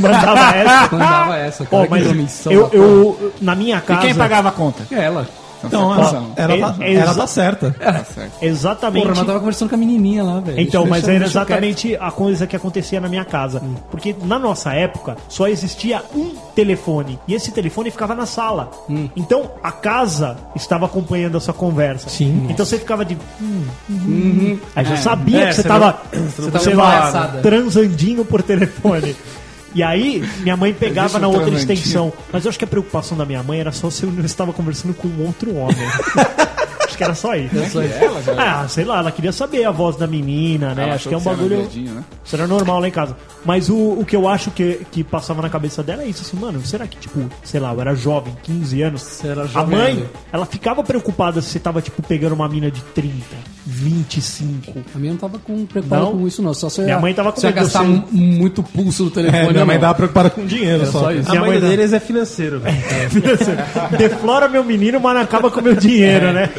E: Mandava essa.
D: Ah!
F: mandava essa, cara,
E: Pô,
F: que
E: mas
F: intromissão
E: eu,
F: da porra.
E: eu, na minha
D: E
E: casa,
D: quem pagava a conta?
F: É Ela.
C: Então,
E: é,
C: ela,
H: É,
C: ela, tá,
E: Exa-
C: ela tá certa.
D: Tá certo.
E: exatamente.
F: Porra, mas eu tava conversando com a menininha lá, velho.
E: Então, mas
D: é
F: Deixa-
E: era
F: deixa eu
E: exatamente a coisa que acontecia na minha casa. Porque na nossa época só existia um telefone. E esse telefone ficava na sala. Então a casa estava acompanhando a sua conversa.
C: Sim.
E: Então você ficava de. hum, hum. Aí já sabia
H: É,
E: que você
H: você
E: tava,
H: não-
F: você
E: sei
F: tava
E: lá,
F: embaraçada.
E: transandinho por telefone. E aí, minha mãe pegava
D: Existe um
E: na outra
D: transandinho.
E: extensão. Mas eu acho que a preocupação da minha mãe era só se eu não estava conversando com um outro homem. acho que era só isso.
D: Ela já
E: Ah, sei lá, ela queria saber a voz da menina, né?
D: ela achou
E: acho que é um
D: você era
E: bagulho.
D: viadinho, né?
E: Isso era normal lá em casa. Mas o, o que eu acho que, que passava na cabeça dela é isso, assim, mano, será que, tipo, sei lá, eu era jovem, 15 anos.
F: era
E: a
F: jovem
E: mãe,
F: ainda.
E: ela ficava preocupada se você tava, tipo, pegando uma mina de 30, 25.
F: A minha não tava com, preocupada
E: Não.
F: com isso, não. Só se eu
E: Minha
F: ia-
E: mãe tava com
F: se eu ia
E: medo de
F: gastar
E: você-
F: mu- muito pulso do telefone.
C: É, minha
F: ou
C: mãe
F: não.
C: tava preocupada com dinheiro
F: Era
C: só.
F: só isso.
H: A
E: Minha
H: mãe
E: mãe-
H: deles é financeiro, velho.
E: Deflora meu menino, mas não acaba com meu dinheiro, né?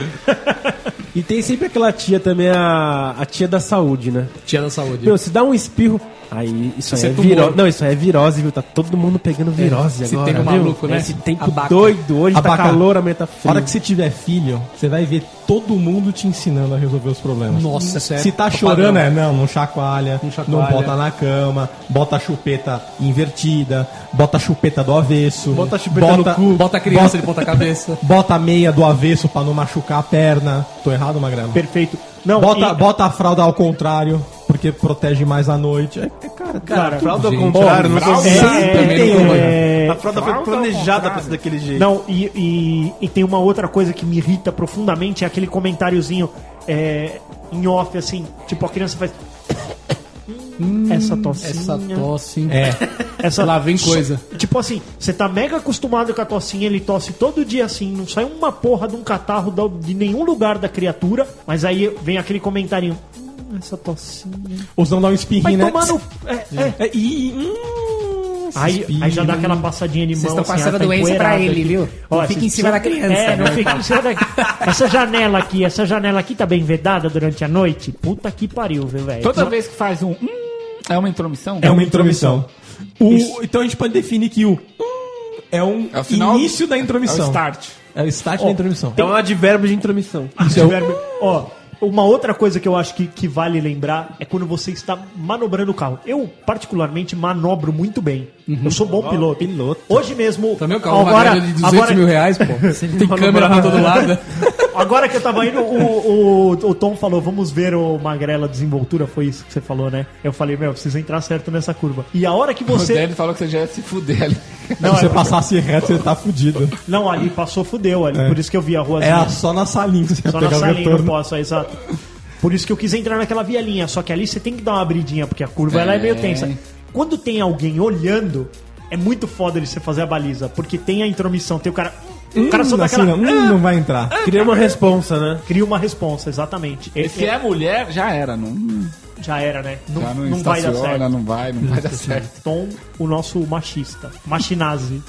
H: E tem sempre aquela tia também, a, a tia da saúde, né?
F: Tia da saúde.
H: Meu, se dá um espirro. Aí, isso aí
F: Isso
H: é
F: é tumor.
H: virose. Não, isso aí é virose, viu? Tá todo mundo pegando
C: É,
H: virose
F: esse
H: agora.
F: tempo
H: viu?
F: maluco, né?
H: Esse tempo
F: Abaca.
H: doido. Hoje
C: um Abaca.
H: tá calor, amanhã tá
C: A
H: frio.
C: hora que você tiver filho, você vai ver todo mundo te ensinando a resolver os problemas.
F: Nossa, sério.
C: Se tá
F: É o
C: chorando,
F: padrão.
C: é não, não chacoalha,
F: Não chacoalha.
C: não bota na cama, bota a chupeta invertida, bota a chupeta do avesso,
H: Bota a chupeta no cu.
F: Bota a criança
C: bota-
F: de ponta cabeça.
C: bota a meia do avesso pra não machucar a perna. Tô errado, Magrelo?
E: Perfeito. Não,
C: Bota,
E: e-
C: bota a fralda ao contrário, porque protege mais à noite. É, é, cara,
E: cara,
H: Fralda ao
F: Gente,
H: contrário, não
D: né? fralda- né?
H: sei
E: é,
H: se-
F: também não
E: é, é,
H: A fralda foi
D: fralda ao
H: planejada pra
D: contrário.
H: ser daquele jeito.
E: Não, e, e- e tem uma outra coisa que me irrita profundamente, é aquele comentáriozinho é, em off, assim, tipo, a criança faz. "Hum, essa tosse.
F: Essa tosse.
C: É.
E: Essa
F: Lá vem coisa.
E: Tipo assim, você tá mega acostumado com a tossinha, ele tosse todo dia assim, não sai uma porra de um catarro da- de nenhum lugar da criatura, mas aí vem aquele comentarinho. "Hum, Essa tossinha.
C: Ou senão dá um
E: Vai
C: espirrinho, né?
E: tomar no. É, é.
C: É, e, e- hum, esse
E: Aí,
C: espirro.
E: aí já dá aquela passadinha de mão.
J: Vocês estão
E: assim,
J: passando
E: ah, tá
J: doença pra
E: empoeirado
J: ele,
E: aqui.
J: viu?
E: Ó,
J: Não fica em
E: vocês
J: cima da
E: precisam-
J: criança,
E: É, não
J: né?
E: fica em cima da Essa janela aqui, essa janela aqui tá bem vedada durante a noite? Puta que pariu, viu, velho?
D: Toda vez que faz um. "Hum", é uma intromissão?
C: É uma intromissão. O- então a gente pode definir que o hum é um
D: É o final-
C: início da intromissão.
D: É o start.
C: É o start da intromissão.
E: então,
H: É um advérbio de intromissão.
E: Seu- Ó, uma outra coisa que eu acho que, que vale lembrar é quando você está manobrando o carro. Eu, particularmente, manobro muito bem.
F: Uhum.
E: Eu sou bom piloto.
H: piloto.
E: Hoje mesmo.
F: Também o carro
E: agora,
F: agora, de 200
E: agora,
F: mil reais, pô. Tem
E: Falou
F: câmera
E: pra-
F: pra todo lado.
E: agora que eu tava indo, o, o, o Tom falou: vamos ver o Magrela desenvoltura. Foi isso que você falou, né? Eu falei: meu, precisa entrar certo nessa curva. E a hora que
D: O
E: você.
D: Dani falou que você já ia se fuder ali.
E: Não,
C: Se você
E: é-
C: passasse reto, você tá fudido.
E: não, ali passou, fudeu. Ali, Por isso que eu vi a rua assim,
C: É a- só na salinha que você ia
E: Só na
C: pegar o
E: salinha eu
C: retorno.
E: posso, é, exato. Por isso que eu quis entrar naquela vielinha, só que ali você tem que dar uma abridinha, porque a curva ela é meio tensa. Quando tem alguém olhando, é muito foda de você fazer a baliza, porque tem a intromissão, tem o cara. O cara só
C: Hum,
E: dá
C: assim,
E: aquela. é,
C: não, hum, não vai entrar.
H: Cria uma responsa, né?
E: Cria uma responsa, exatamente.
D: E
E: Esse
D: se é mulher, já era. Não,
E: já era, né? Não,
D: já não,
E: não vai dar
D: estaciona,
E: certo.
D: não vai, não vai dar certo.
E: Tom, o nosso machista. Machinazi.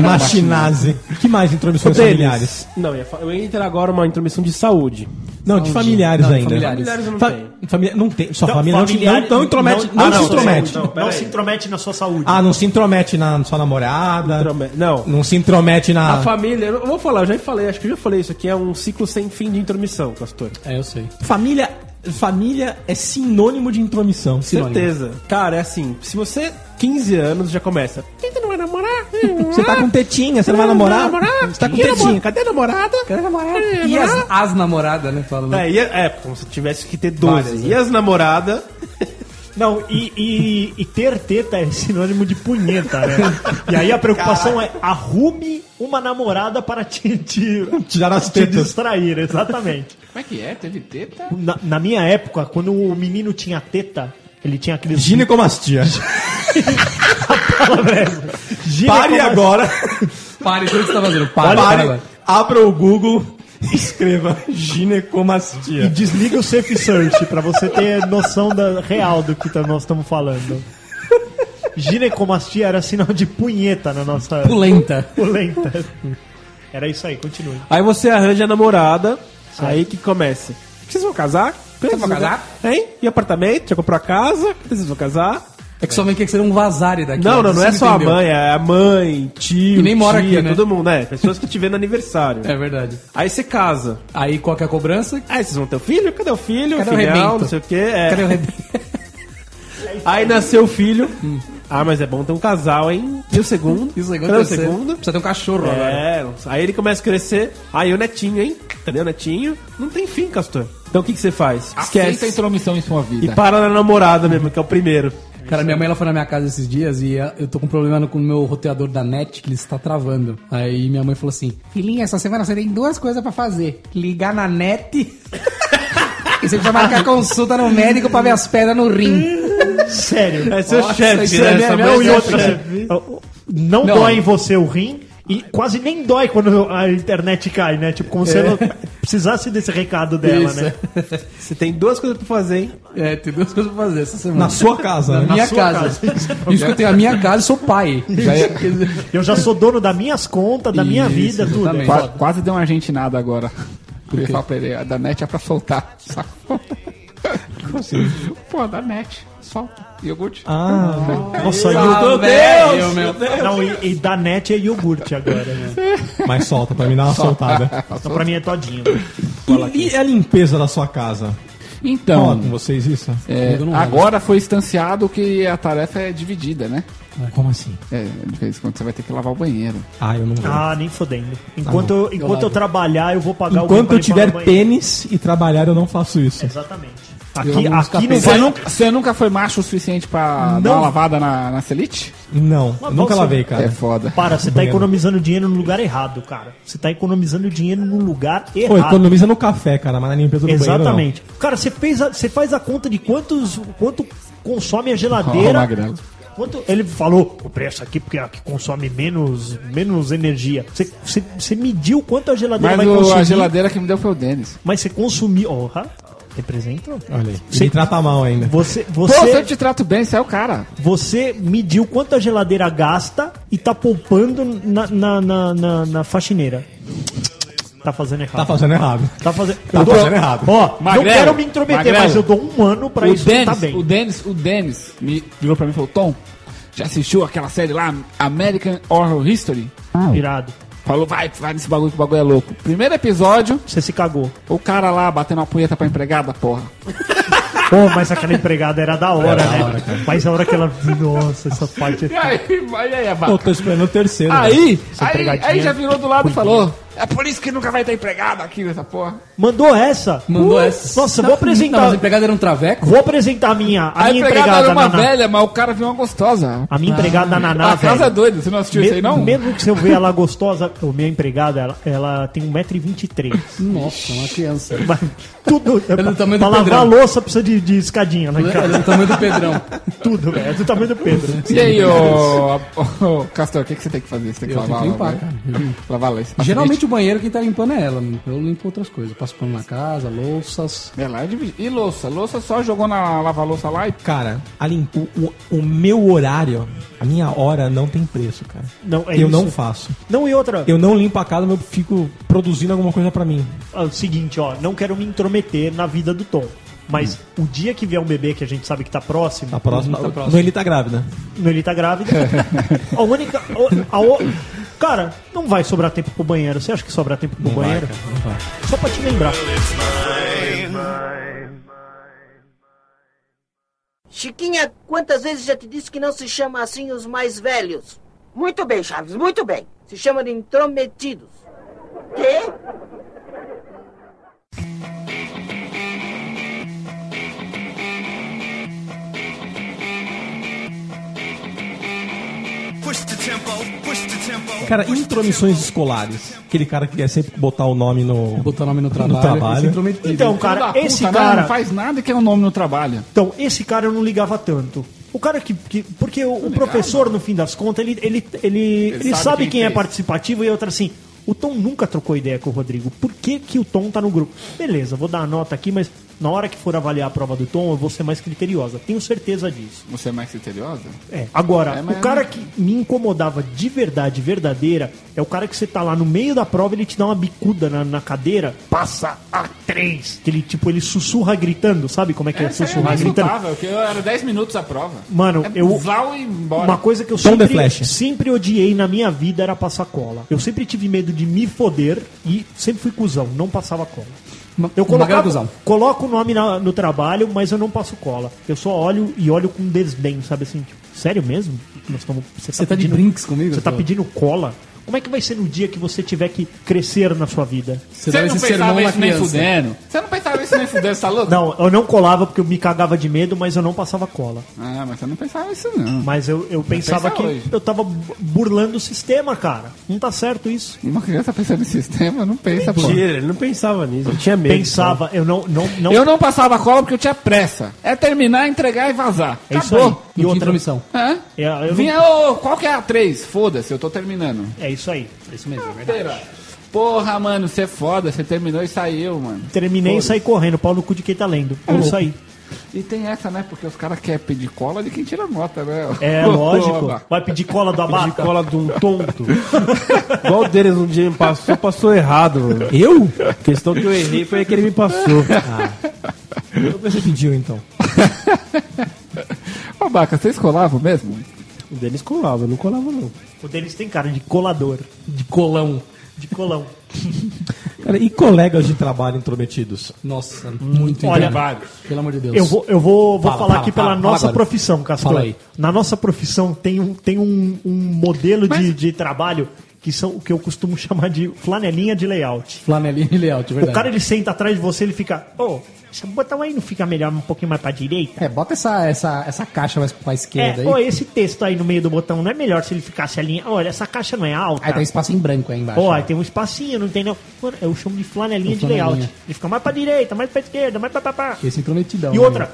C: Machinase. que mais intromissões
H: Deles.
C: familiares?
H: Não, eu ia, fa- eu ia entrar agora uma intromissão de saúde.
C: Não, de familiares
F: Não,
C: ainda.
F: familiares.
H: Familiares eu não
C: Fa-
H: tenho.
C: família- não tem. Sua
E: Não,
C: família não, te-
E: familiar-
C: não, não intromete. Não,
E: ah,
C: se
H: não, então.
C: intromete.
H: não,
E: Não,
H: não, peraí.
E: se intromete na sua saúde.
C: Ah, não se intromete na sua namorada.
H: Introme- É, não.
C: Não se intromete
H: A
C: na.
H: família, eu vou falar, eu já falei, acho que eu já falei isso aqui, é um ciclo sem fim de intromissão, Castor.
F: É, eu sei.
C: Família. Família é sinônimo de intromissão.
H: Certeza. Cara, é assim, se você, 15 anos, já começa. Tenta não vai namorar?
C: Você tá com tetinha, você não vai namorar? Você tá com tetinha.
H: Cadê a namorada? Cadê a namorada?
F: E as, as namoradas, né? Fala, né?
H: É, e- é, como se tivesse que ter 12.
F: Várias, né?
H: E as namoradas?
E: Não, e, e- e ter teta é sinônimo de punheta, né? E aí a preocupação é arrume uma namorada para te, te,
C: Tirar as
E: te
C: tetas.
E: distrair, exatamente.
D: Como é que é? Teve teta?
E: Na, na minha época, quando o menino tinha teta, ele tinha aqueles.
C: Ginecomastia.
E: ginecomastia.
C: Pare agora.
F: Pare, tudo que você tá fazendo. Pare, pare.
C: Pare. Abra o Google. Escreva ginecomastia.
E: E desliga o Safe Search pra você ter noção da, real do que tá- nós estamos falando. Ginecomastia era sinal de punheta na nossa.
F: Pulenta.
E: Pulenta. Era isso aí, continue.
H: Aí você arranja a namorada, aí que começa. Vocês vão casar? Vocês
F: vão casar?
H: Hein? E apartamento? Já comprou a casa? Vocês vão casar?
F: É que sua mãe quer que você não vazare daqui.
H: Não,
F: né?
H: não, não
F: Você
H: é só
F: entendeu.
H: a mãe, é a mãe, tio,
F: E nem mora
H: tia,
F: aqui, né?
H: todo mundo, né? Pessoas que te vê no aniversário.
F: É verdade.
H: Aí você casa.
F: Aí qual que é a cobrança?
H: Aí vocês vão ter o filho? Cadê o filho?
F: Cadê o
H: Filhão,
F: rebento?
H: não sei o quê. é.
F: Cadê o rebento?
H: Aí nasceu o filho.
F: Hum.
H: Ah, mas é bom ter um casal, hein? E o segundo?
F: Isso aí,
H: Cadê o
F: terceiro.
H: segundo?
F: Precisa ter um cachorro agora.
H: É, não sei. aí ele começa a crescer. Aí o netinho, hein? Cadê o netinho? Não tem fim, Castor. Então o que, que você faz?
D: Aceita a
H: Esquece.
D: intromissão em sua
H: E
D: vida.
H: para na namorada mesmo, que é o primeiro.
F: Cara, minha mãe ela foi na minha casa esses dias e eh, eu tô com um problema no- com o meu roteador da net que ele está travando. Aí minha mãe falou assim: Filhinha, essa semana você tem duas coisas pra fazer: ligar na net e você precisa marcar consulta no médico pra ver as pedras no rim.
E: Sério.
H: É seu
F: Nossa,
H: chefe,
F: isso é
H: né?
F: minha-
H: Essa
F: minha
H: mãe
E: Não,
H: é
E: e
H: seu
E: outra,
H: chefe.
E: não,
F: Não.
E: dói em você o rim e quase nem dói quando a internet cai, né? Tipo, como se ela precisasse desse recado dela,
F: Isso.
E: né?
H: Você tem duas coisas pra fazer, hein?
F: É, tem duas coisas pra fazer essa semana.
C: Na sua casa, né?
F: Na minha
E: sua
F: casa. Isso que eu tenho a minha casa e sou pai. Já ia-
H: é.
E: Eu já sou dono das minhas contas, da minha
F: Isso,
E: vida, tudo.
F: exatamente.
D: Qua- quase deu uma argentinada agora. Eu ia falar pra ele, a da net é pra soltar. Saco. Pô, a da net, solta. Iogurte.
C: Ah,
E: Nossa, e
F: Ah,
E: o-
F: velho, meu.
E: não, e, e da net é iogurte agora, né?
C: mas solta pra me dar uma soltada.
E: Então pra mim é todinho.
C: E, e a limpeza da sua casa? Fala
D: Então,
C: com vocês isso?
D: é, agora foi instanciado que a tarefa é dividida, né?
C: Como assim?
D: É, de vez em quando você vai ter que lavar o banheiro.
C: Ah, eu não vou.
E: Ah, nem fodendo. Enquanto, eu, enquanto eu trabalhar, eu vou pagar alguém
C: Enquanto
E: pra
C: eu
E: limpar
C: tiver
E: meu banheiro. É.
C: pênis e trabalhar, eu não faço isso.
E: Exatamente.
F: Eu
E: Aqui,
F: vou buscar
E: aqui não
D: Você
E: vai...
D: nunca, você nunca foi macho o suficiente pra dar uma lavada na, na Celite?
C: Não, eu nunca
E: bolsa-
C: lavei,
D: É
C: cara.
D: foda.
E: Para, você tá economizando dinheiro no lugar errado, cara. Você tá economizando dinheiro no lugar errado.
C: Pô, economiza no café, cara, mas na limpeza do banheiro não.
E: Exatamente. Cara, você, fez a- você faz a conta de quantos, quanto consome a
D: Ó, o
E: geladeira.
D: Magrelo.
E: Quanto ele falou o preço aqui, porque é a que consome menos, menos energia. Você- Você você mediu quanto a geladeira
D: Mas
E: vai
D: o-
E: consumir.
D: a geladeira que me deu foi o Denis.
E: Mas você consumiu. Honra. Representou.
C: Olha aí.
E: Sim.
C: Ele trata mal ainda.
E: Você,
D: Pô, eu sempre
E: você,
D: te trato bem, você é o cara.
E: você mediu quanto a geladeira gasta e tá poupando na, na, na, na- na faxineira. Tá fazendo errado.
C: Tá fazendo errado.
E: Tá fazendo,
C: Tá
E: Eu dou-
C: fazendo errado.
E: Ó,
D: Magrelo,
E: não quero me intrometer,
D: Magrelo.
E: mas eu dou um ano pra
D: o
E: isso
D: Denis,
E: tá bem.
D: o Denis, o Denis me virou pra mim e falou, Tom, já assistiu aquela série lá, American Horror History?
E: Irado.
D: Falou, vai, vai nesse bagulho que o bagulho é louco. Primeiro episódio,
E: Você se cagou.
D: o cara lá batendo uma punheta pra empregada, porra.
E: Pô, mas aquela empregada era da hora, né? mas a hora que ela. Nossa, essa parte.
D: E aí, e aí, a
C: Pô,
D: vaca?
C: tô esperando o terceiro. né?
D: Aí, aí,
E: empregadinha.
D: aí já virou do lado e falou, é por isso que nunca vai ter empregado aqui nessa porra.
E: Mandou essa?
F: Mandou
E: Uh,
F: essa.
E: Nossa, vou
F: Não,
E: apresentar.
F: mas empregado era um traveco?
E: Vou apresentar a minha, a
D: A
E: minha
D: empregada,
E: empregada,
D: era uma
E: Naná.
D: velha, mas o cara viu uma gostosa.
E: A minha empregada Naná,
D: a casa é
E: velho.
D: doida, você não assistiu isso aí não?
E: Me- Mesmo que se eu ver ela gostosa, o minha empregada, ela, ela tem 1,23m.
F: Nossa, uma criança.
E: Mas tudo.
F: é do
E: pra
F: tamanho do
E: lavar
F: Pedrão.
E: a louça precisa de, de escadinha, né,
F: Era
E: cara?
F: do tamanho do Pedrão.
E: Tudo, velho. É do tamanho do Pedro.
D: E aí, ô, ô, ô, Castor, o que, que você tem que fazer? Você tem que
F: Eu tenho
D: lavar
F: que limpar,
D: lavar-
F: cara.
D: Lavar lá. esse-
F: Geralmente o banheiro quem tá limpando é ela. mano. Eu limpo outras coisas. Eu Passo pano na casa, louças.
D: É lá, é dividido. E louça? Louça só jogou na lava-louça lá e...
C: Cara, a lim- o, o- o meu horário, a minha hora não tem preço, cara.
E: Não, é
C: eu
E: isso.
C: não faço.
E: Não, e outra.
C: Eu não limpo a casa, mas eu fico produzindo alguma coisa pra mim.
E: Ah, o seguinte, ó, não quero me intrometer na vida do Tom. Mas
C: Hum.
E: o dia que vier um bebê que a gente sabe que tá próximo,
C: A próxima. Não, ele tá grávida.
E: no ele tá grávida, a única. A, a, o- cara, não vai sobrar tempo pro banheiro. Você acha que sobra tempo pro banheiro? Só pra te lembrar.
I: Chiquinha, quantas vezes já te disse que não se chama assim os mais velhos? Muito bem, Chaves, muito bem. Se chama de intrometidos. Quê?
C: Cara, intromissões escolares. Aquele cara que quer sempre botar o nome no.
F: Botar nome no trabalho.
C: trabalho.
F: se intrometido.
E: Então,
D: é Filho
E: cara,
D: da
E: esse
D: puta, né?
E: cara.
D: Não faz nada que é o nome no trabalho.
E: Então, esse cara eu não ligava tanto. O cara que. que- porque o,
D: Tá
E: o professor, no fim das contas, ele, ele, ele, ele sabe, quem, é
D: fez.
E: participativo e outra assim. O Tom nunca trocou ideia com o Rodrigo. Por que, que o Tom tá no grupo? Beleza, vou dar a nota aqui, mas na hora que for avaliar a prova do Tom, eu vou ser mais criteriosa. Tenho certeza disso.
D: Você é mais criteriosa?
E: É. Agora,
D: É, mas-
E: o cara que me incomodava de verdade, verdadeira, é o cara que você tá lá no meio da prova, ele te dá uma bicuda na, na cadeira, passa a três. Que ele, tipo, ele sussurra gritando, sabe como é que é,
D: Essa aí é
E: sussurrar
D: mais
E: gritando?
D: notável, que eu era 10 minutos a prova.
E: Mano,
D: é,
E: eu-
D: Vlau e embora.
E: Uma coisa que eu
C: Tom the
E: sempre,
C: Flash.
E: sempre odiei na minha vida era passar cola. Eu sempre tive medo de me foder e sempre fui cuzão, não passava cola.
F: Ma-
E: Eu
F: Magrelo
E: colocava,
F: cuzão.
E: coloco o nome na- no trabalho, mas eu não passo cola. Eu só olho e olho com desdém, sabe assim? Tipo, sério mesmo? Nós tamo-
F: Você tá de brinks comigo?
E: Você tá
F: pô?
E: pedindo cola? Como é que vai ser no dia que você tiver que crescer na sua vida?
D: Você
F: Você, dá
D: não
F: esse sermão
D: pensava
F: na
D: isso nem
F: criança.
D: fudendo. Você não pensava isso nem fudendo, você tá louco?
E: Não, eu não colava porque eu me cagava de medo, mas eu não passava cola.
D: Ah, mas você não pensava isso não.
E: Mas eu, eu pensava
D: pensa
E: que
D: hoje.
E: eu tava bu- burlando o sistema, cara. Não tá certo isso.
D: E uma criança pensando em sistema, não pensa, pô.
H: Mentira, ele não pensava nisso, ele tinha medo.
E: Pensava, né? eu não, não, não
D: Eu não passava cola porque eu tinha pressa. É terminar, entregar e vazar.
E: É isso
D: Acabou.
E: aí.
F: E outra intromissão.
D: Hã?
E: É, eu não-
D: Vinha, ô, qual que é a 3? Foda-se, eu tô terminando.
E: É isso aí.
F: Isso mesmo, é verdade.
D: Pera. Porra, mano, você é foda, você terminou e saiu, mano.
E: Terminei e saí correndo. Pau no cu de quem tá lendo. Eu saí.
D: E tem essa, né? Porque os caras querem pedir cola de quem tira nota, né?
E: É
D: Pô,
E: lógico.
D: abaca.
E: Vai pedir cola do
H: De
E: abaca.
H: cola de um tonto. Igual o deles um dia me passou, só passou errado, mano.
C: Eu?
H: A questão que eu errei foi a que ele me passou.
C: Ah. Você pediu então.
D: Ô, Baca, vocês colavam mesmo?
H: O Denis colava, eu não colava, não.
E: O deles tem cara de colador.
F: De colão.
E: De colão.
C: Cara, e colegas de trabalho intrometidos?
F: Nossa, muito
E: Hum, Olha,
F: intrometido. Pelo amor de Deus.
E: Eu vou, eu vou, vou
F: Fala,
E: falar
F: fala,
E: aqui
F: fala,
E: pela
F: fala
E: nossa
F: agora.
E: profissão, Castor.
F: Fala aí.
E: Na nossa profissão tem um, tem um, um modelo de, de trabalho que são o que eu costumo chamar de flanelinha de layout.
F: Flanelinha e layout, é
E: O
F: verdade.
E: cara ele senta atrás de você, ele fica, ô, esse botão aí não fica melhor um pouquinho mais pra direita?
F: É, bota essa, essa, essa caixa mais pra esquerda
E: É,
F: aí.
E: ou esse texto aí no meio do botão não é melhor se ele ficasse a linha. Olha, essa caixa não é alta.
F: Aí tem um espaço em branco aí embaixo.
E: Ó,
F: né?
E: aí tem um espacinho, não tem não. Mano, eu chamo de flanelinha
F: É
E: de layout.
F: flanelinha.
E: Ele fica mais pra direita, mais pra esquerda, mais pra pá, pá.
F: Esse intrometidão.
E: E outra,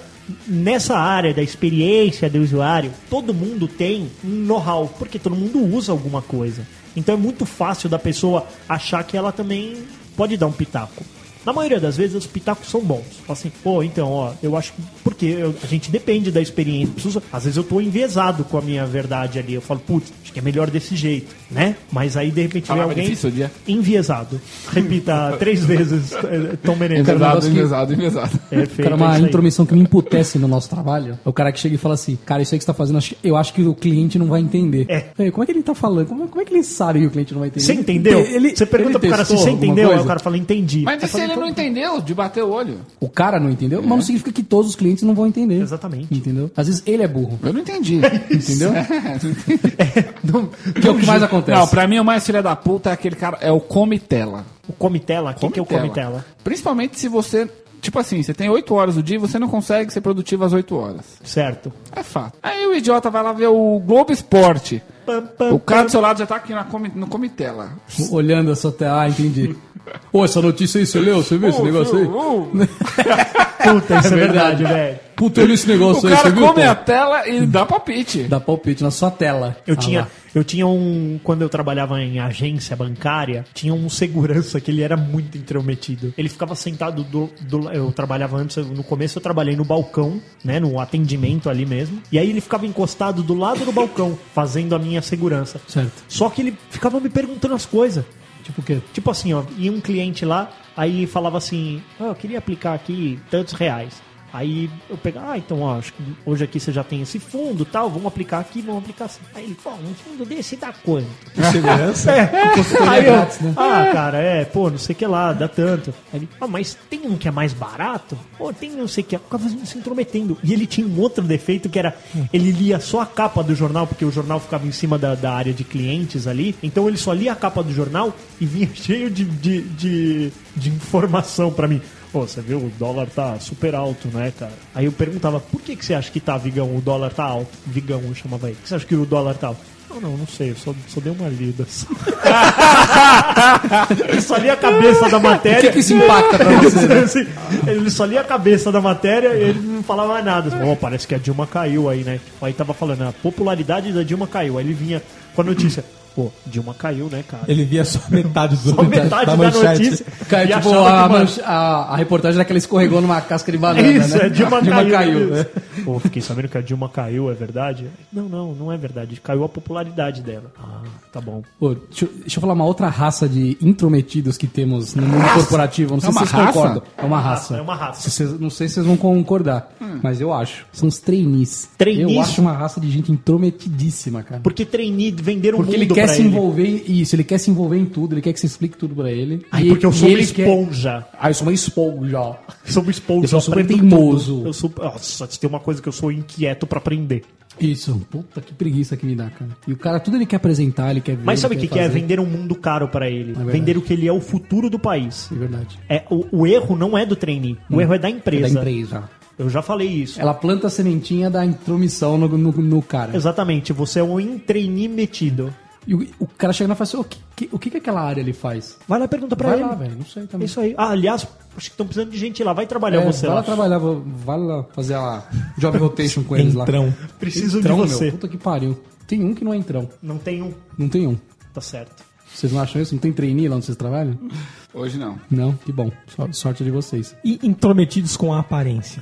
E: nessa área da experiência do usuário, todo mundo tem um know-how, porque todo mundo usa alguma coisa. Então é muito fácil da pessoa achar que ela também pode dar um pitaco. Na maioria das vezes, os pitacos são bons. Fala assim, pô, então, ó, eu acho que. Porque eu- a gente depende da experiência. Preciso- às vezes eu tô enviesado com a minha verdade ali. Eu falo, putz, acho que é melhor desse jeito, né? Mas aí, de repente, vem
D: Palavra
E: alguém.
D: difícil, dia.
E: Enviesado. Repita três vezes, eh, Tom Menezes.
D: Envezado,
F: que-
D: envezado, envezado.
E: Perfeito,
F: Cara,
E: é
F: uma
E: isso aí.
F: intromissão que me emputece no nosso trabalho. É o cara que chega e fala assim, cara, isso aí que você tá fazendo, acho que- eu acho que o cliente não vai entender.
E: É.
F: Ei, Como é que ele tá falando? Como, como é que ele sabe que o cliente não vai entender?
E: Você
F: Ele-
E: entendeu?
F: ele-
E: você pergunta
F: ele
E: pro cara se
F: testou
E: você
F: alguma
E: entendeu, aí
F: coisa?
E: o cara fala, entendi.
D: Mas
E: Você
D: e se
E: fala,
D: ele
E: "Então,
D: não entendeu de bater o olho?
F: O cara não
E: É.
F: entendeu, mas não significa que todos os clientes não vão entender.
E: Exatamente.
F: Entendeu? Às vezes ele é burro.
D: Eu não entendi. Entendeu?
F: Que é o que mais acontece.
D: Não, pra mim o mais filha da puta é aquele cara, é o comitela.
E: O Comitela, o que, que é o Comitela?
D: Principalmente se você, tipo assim, você tem 8 horas do dia e você não consegue ser produtivo às 8 horas.
E: Certo.
D: É fato. Aí o idiota vai lá ver o Globo Esporte.
E: Pam, pam,
D: O cara do
E: pam.
D: seu lado já tá aqui na comi, no comitela.
F: Olhando a sua tela, ah, entendi. Ô, essa notícia aí, você leu? Você viu esse negócio aí?
E: Puta, isso é verdade, velho.
F: Puta, eu li esse negócio
D: O
F: aí, você
D: cara
F: viu?
D: come a
F: pô?
D: tela e dá palpite.
F: Dá palpite na sua tela.
E: Eu
F: Ah
E: tinha,
F: lá.
E: eu tinha um. Quando eu trabalhava em agência bancária, tinha um segurança que ele era muito intrometido. Ele ficava sentado do. do- eu trabalhava antes, eu- no começo eu trabalhei no balcão, né? No atendimento ali mesmo. E aí ele ficava encostado do lado do balcão, fazendo a minha segurança.
F: Certo.
E: Só que ele ficava me perguntando as coisas.
F: Tipo o quê?
E: Tipo assim, ó, ia um cliente lá, aí falava assim, ah, eu queria aplicar aqui tantos reais. Aí eu pegava, ah, então ó, acho que hoje aqui você já tem esse fundo tal, vamos aplicar aqui, vamos aplicar assim. Aí ele, pô, um fundo desse dá quanto? Segurança? É. Aí eu,
F: grátis, né?
E: ah, cara, é, pô, não sei o que lá, dá tanto. Aí ele, ah, mas tem um que é mais barato? Pô, tem não sei o que. Ficava se intrometendo. E ele tinha um outro defeito que era, ele lia só a capa do jornal, porque o jornal ficava em cima da, da área de clientes ali. Então ele só lia a capa do jornal e vinha cheio de, de, de, de informação pra mim. Pô, você viu, o dólar tá super alto, né, cara? Aí eu perguntava, por que, que você acha que tá, Vigão, o dólar tá alto? Vigão, eu chamava ele. Por que você acha que o dólar tá alto? Não, não, não sei, eu só, só dei uma lida. Ele só lia a cabeça da
F: O que,
E: matéria.
F: que isso impacta pra você?
E: Assim, Ele só lia a cabeça da matéria e ele não falava mais nada. Assim, "Ó, parece que a Dilma caiu aí, né? Tipo, Aí tava falando, a popularidade da Dilma caiu. Aí ele vinha com a notícia. Pô, Dilma caiu, né, cara?
C: Ele via só metade do
E: Só metade
F: "Tá
E: da,
C: manchete.
E: notícia.
F: Cai,
E: e
F: tipo,
E: achava
F: a,
E: que, mano,
F: manche- a- a reportagem daquela escorregou numa casca de banana,
E: É isso,
F: né?
E: é Dilma, caiu.
F: né?
E: Pô, fiquei sabendo que a Dilma caiu, é verdade? Não, não, não é verdade. Caiu a popularidade dela. Ah, tá bom.
F: Pô, deixa, eu- deixa eu falar uma outra raça de intrometidos que temos no mundo corporativo. Não sei
D: É
F: se
D: uma
F: vocês
D: raça?
F: concordam. É uma raça.
E: É uma raça.
F: Se vocês- não sei se vocês vão concordar, mas eu acho. São os trainees.
E: Trainees?
F: Eu acho uma raça de gente intrometidíssima, cara.
E: Porque trainee, venderam
F: Porque
E: mundo
F: ele quer
E: pra
F: se envolver em isso, ele quer se envolver em tudo, ele quer que você explique tudo pra ele.
E: Ai,
F: E-
E: porque eu
F: e
E: sou uma
F: ele quer-
E: esponja.
F: Ah, eu sou uma esponja.
E: Sou uma esponja.
F: Eu sou super
E: aprendo
F: teimoso.
E: tudo. Eu sou... Nossa, se tem uma coisa que eu sou inquieto pra aprender.
F: Isso. Puta que preguiça que me dá, cara. E o cara, tudo ele quer apresentar, ele quer ver.
E: Mas sabe o
F: ele
E: que, que é?
F: fazer.
E: Vender um mundo caro pra ele.
F: verdade.
E: Vender o que ele é o futuro do país.
F: É verdade.
E: É, o, o erro não é do trainee. O erro é da empresa.
F: Hum. Da empresa.
E: Eu já falei isso.
F: Ela planta a sementinha da intromissão no, no, no cara.
E: Exatamente. Você é um trainee metido.
F: E o, o cara chega lá e fala assim: "Ô, que- que- o que, que aquela área ali faz?
E: Vai lá e pergunta pra
F: Vai
E: ele.
F: lá, velho. Não sei
E: É
F: também.
E: Isso aí. Ah, aliás, acho que estão precisando de gente lá. Vai trabalhar
F: É,
E: você
F: vai lá
E: lá.
F: trabalhar, vou- vai lá fazer a job rotation com eles lá.
C: Entrão.
E: Preciso
F: Entrão,
E: de você.
F: Meu, puta que pariu. Tem um que não é entrão.
E: Não tem um.
F: Não tem um.
E: Tá certo.
F: Vocês não acham isso? Não tem trainee lá onde vocês trabalham?
D: Hoje não.
F: Não, que bom. So- Sorte de vocês.
C: E intrometidos com a aparência.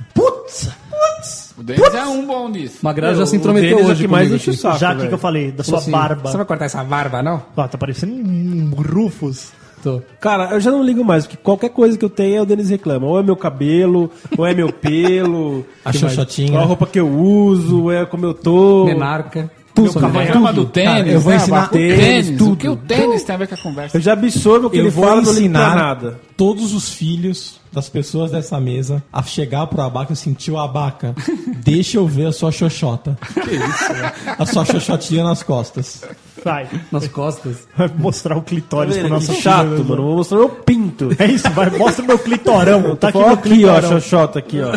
D: O Denis é um bom nisso.
F: Magrela Tá, já se
H: O
F: intrometeu
H: Denis é
F: hoje
H: que mais
F: comigo
H: enche o
F: aqui.
H: saco,
E: já aqui
H: velho.
E: que eu falei, da sua
F: Falou assim,
E: barba.
F: Você vai cortar essa barba, não?
E: Ah, tá parecendo um Rufus.
F: Tô.
H: Cara, eu já não ligo mais, porque qualquer coisa que eu tenho, o Denis reclama. Ou é meu cabelo, ou é meu pelo.
C: A
H: que mais?
C: xoxotinha.
H: Ou a roupa que eu uso, ou é como eu tô.
F: Menarca.
H: Tudo,
F: Sou
H: cavalo.
F: menarca.
D: Reclama do tênis,
C: Cara, eu vou
D: né?
C: ensinar
D: Abaca- o
H: tênis,
D: tênis,
H: tudo.
D: O que o tênis tem a ver com a conversa?
H: Eu já absorvo o que ele
C: Eu vou
H: fala, não ligo pra
C: ensinar
H: nada.
C: todos os filhos das pessoas dessa mesa a chegar pro abaca e sentir o abaca. Deixa eu ver a sua xoxota. Que isso?
F: né?
C: A sua xoxotinha nas costas.
E: Vai.
F: Nas costas.
E: Vai mostrar o clitóris
C: é
F: Tipo,
H: Mano,
E: pro nosso né?
H: que
F: né?
H: chato, mano. Vou mostrar meu pinto.
E: É isso, vai, mostra o meu clitorão. Tá aqui
H: Fala
E: meu
H: aqui, ó,
E: clitorão.
H: xoxota aqui, ó.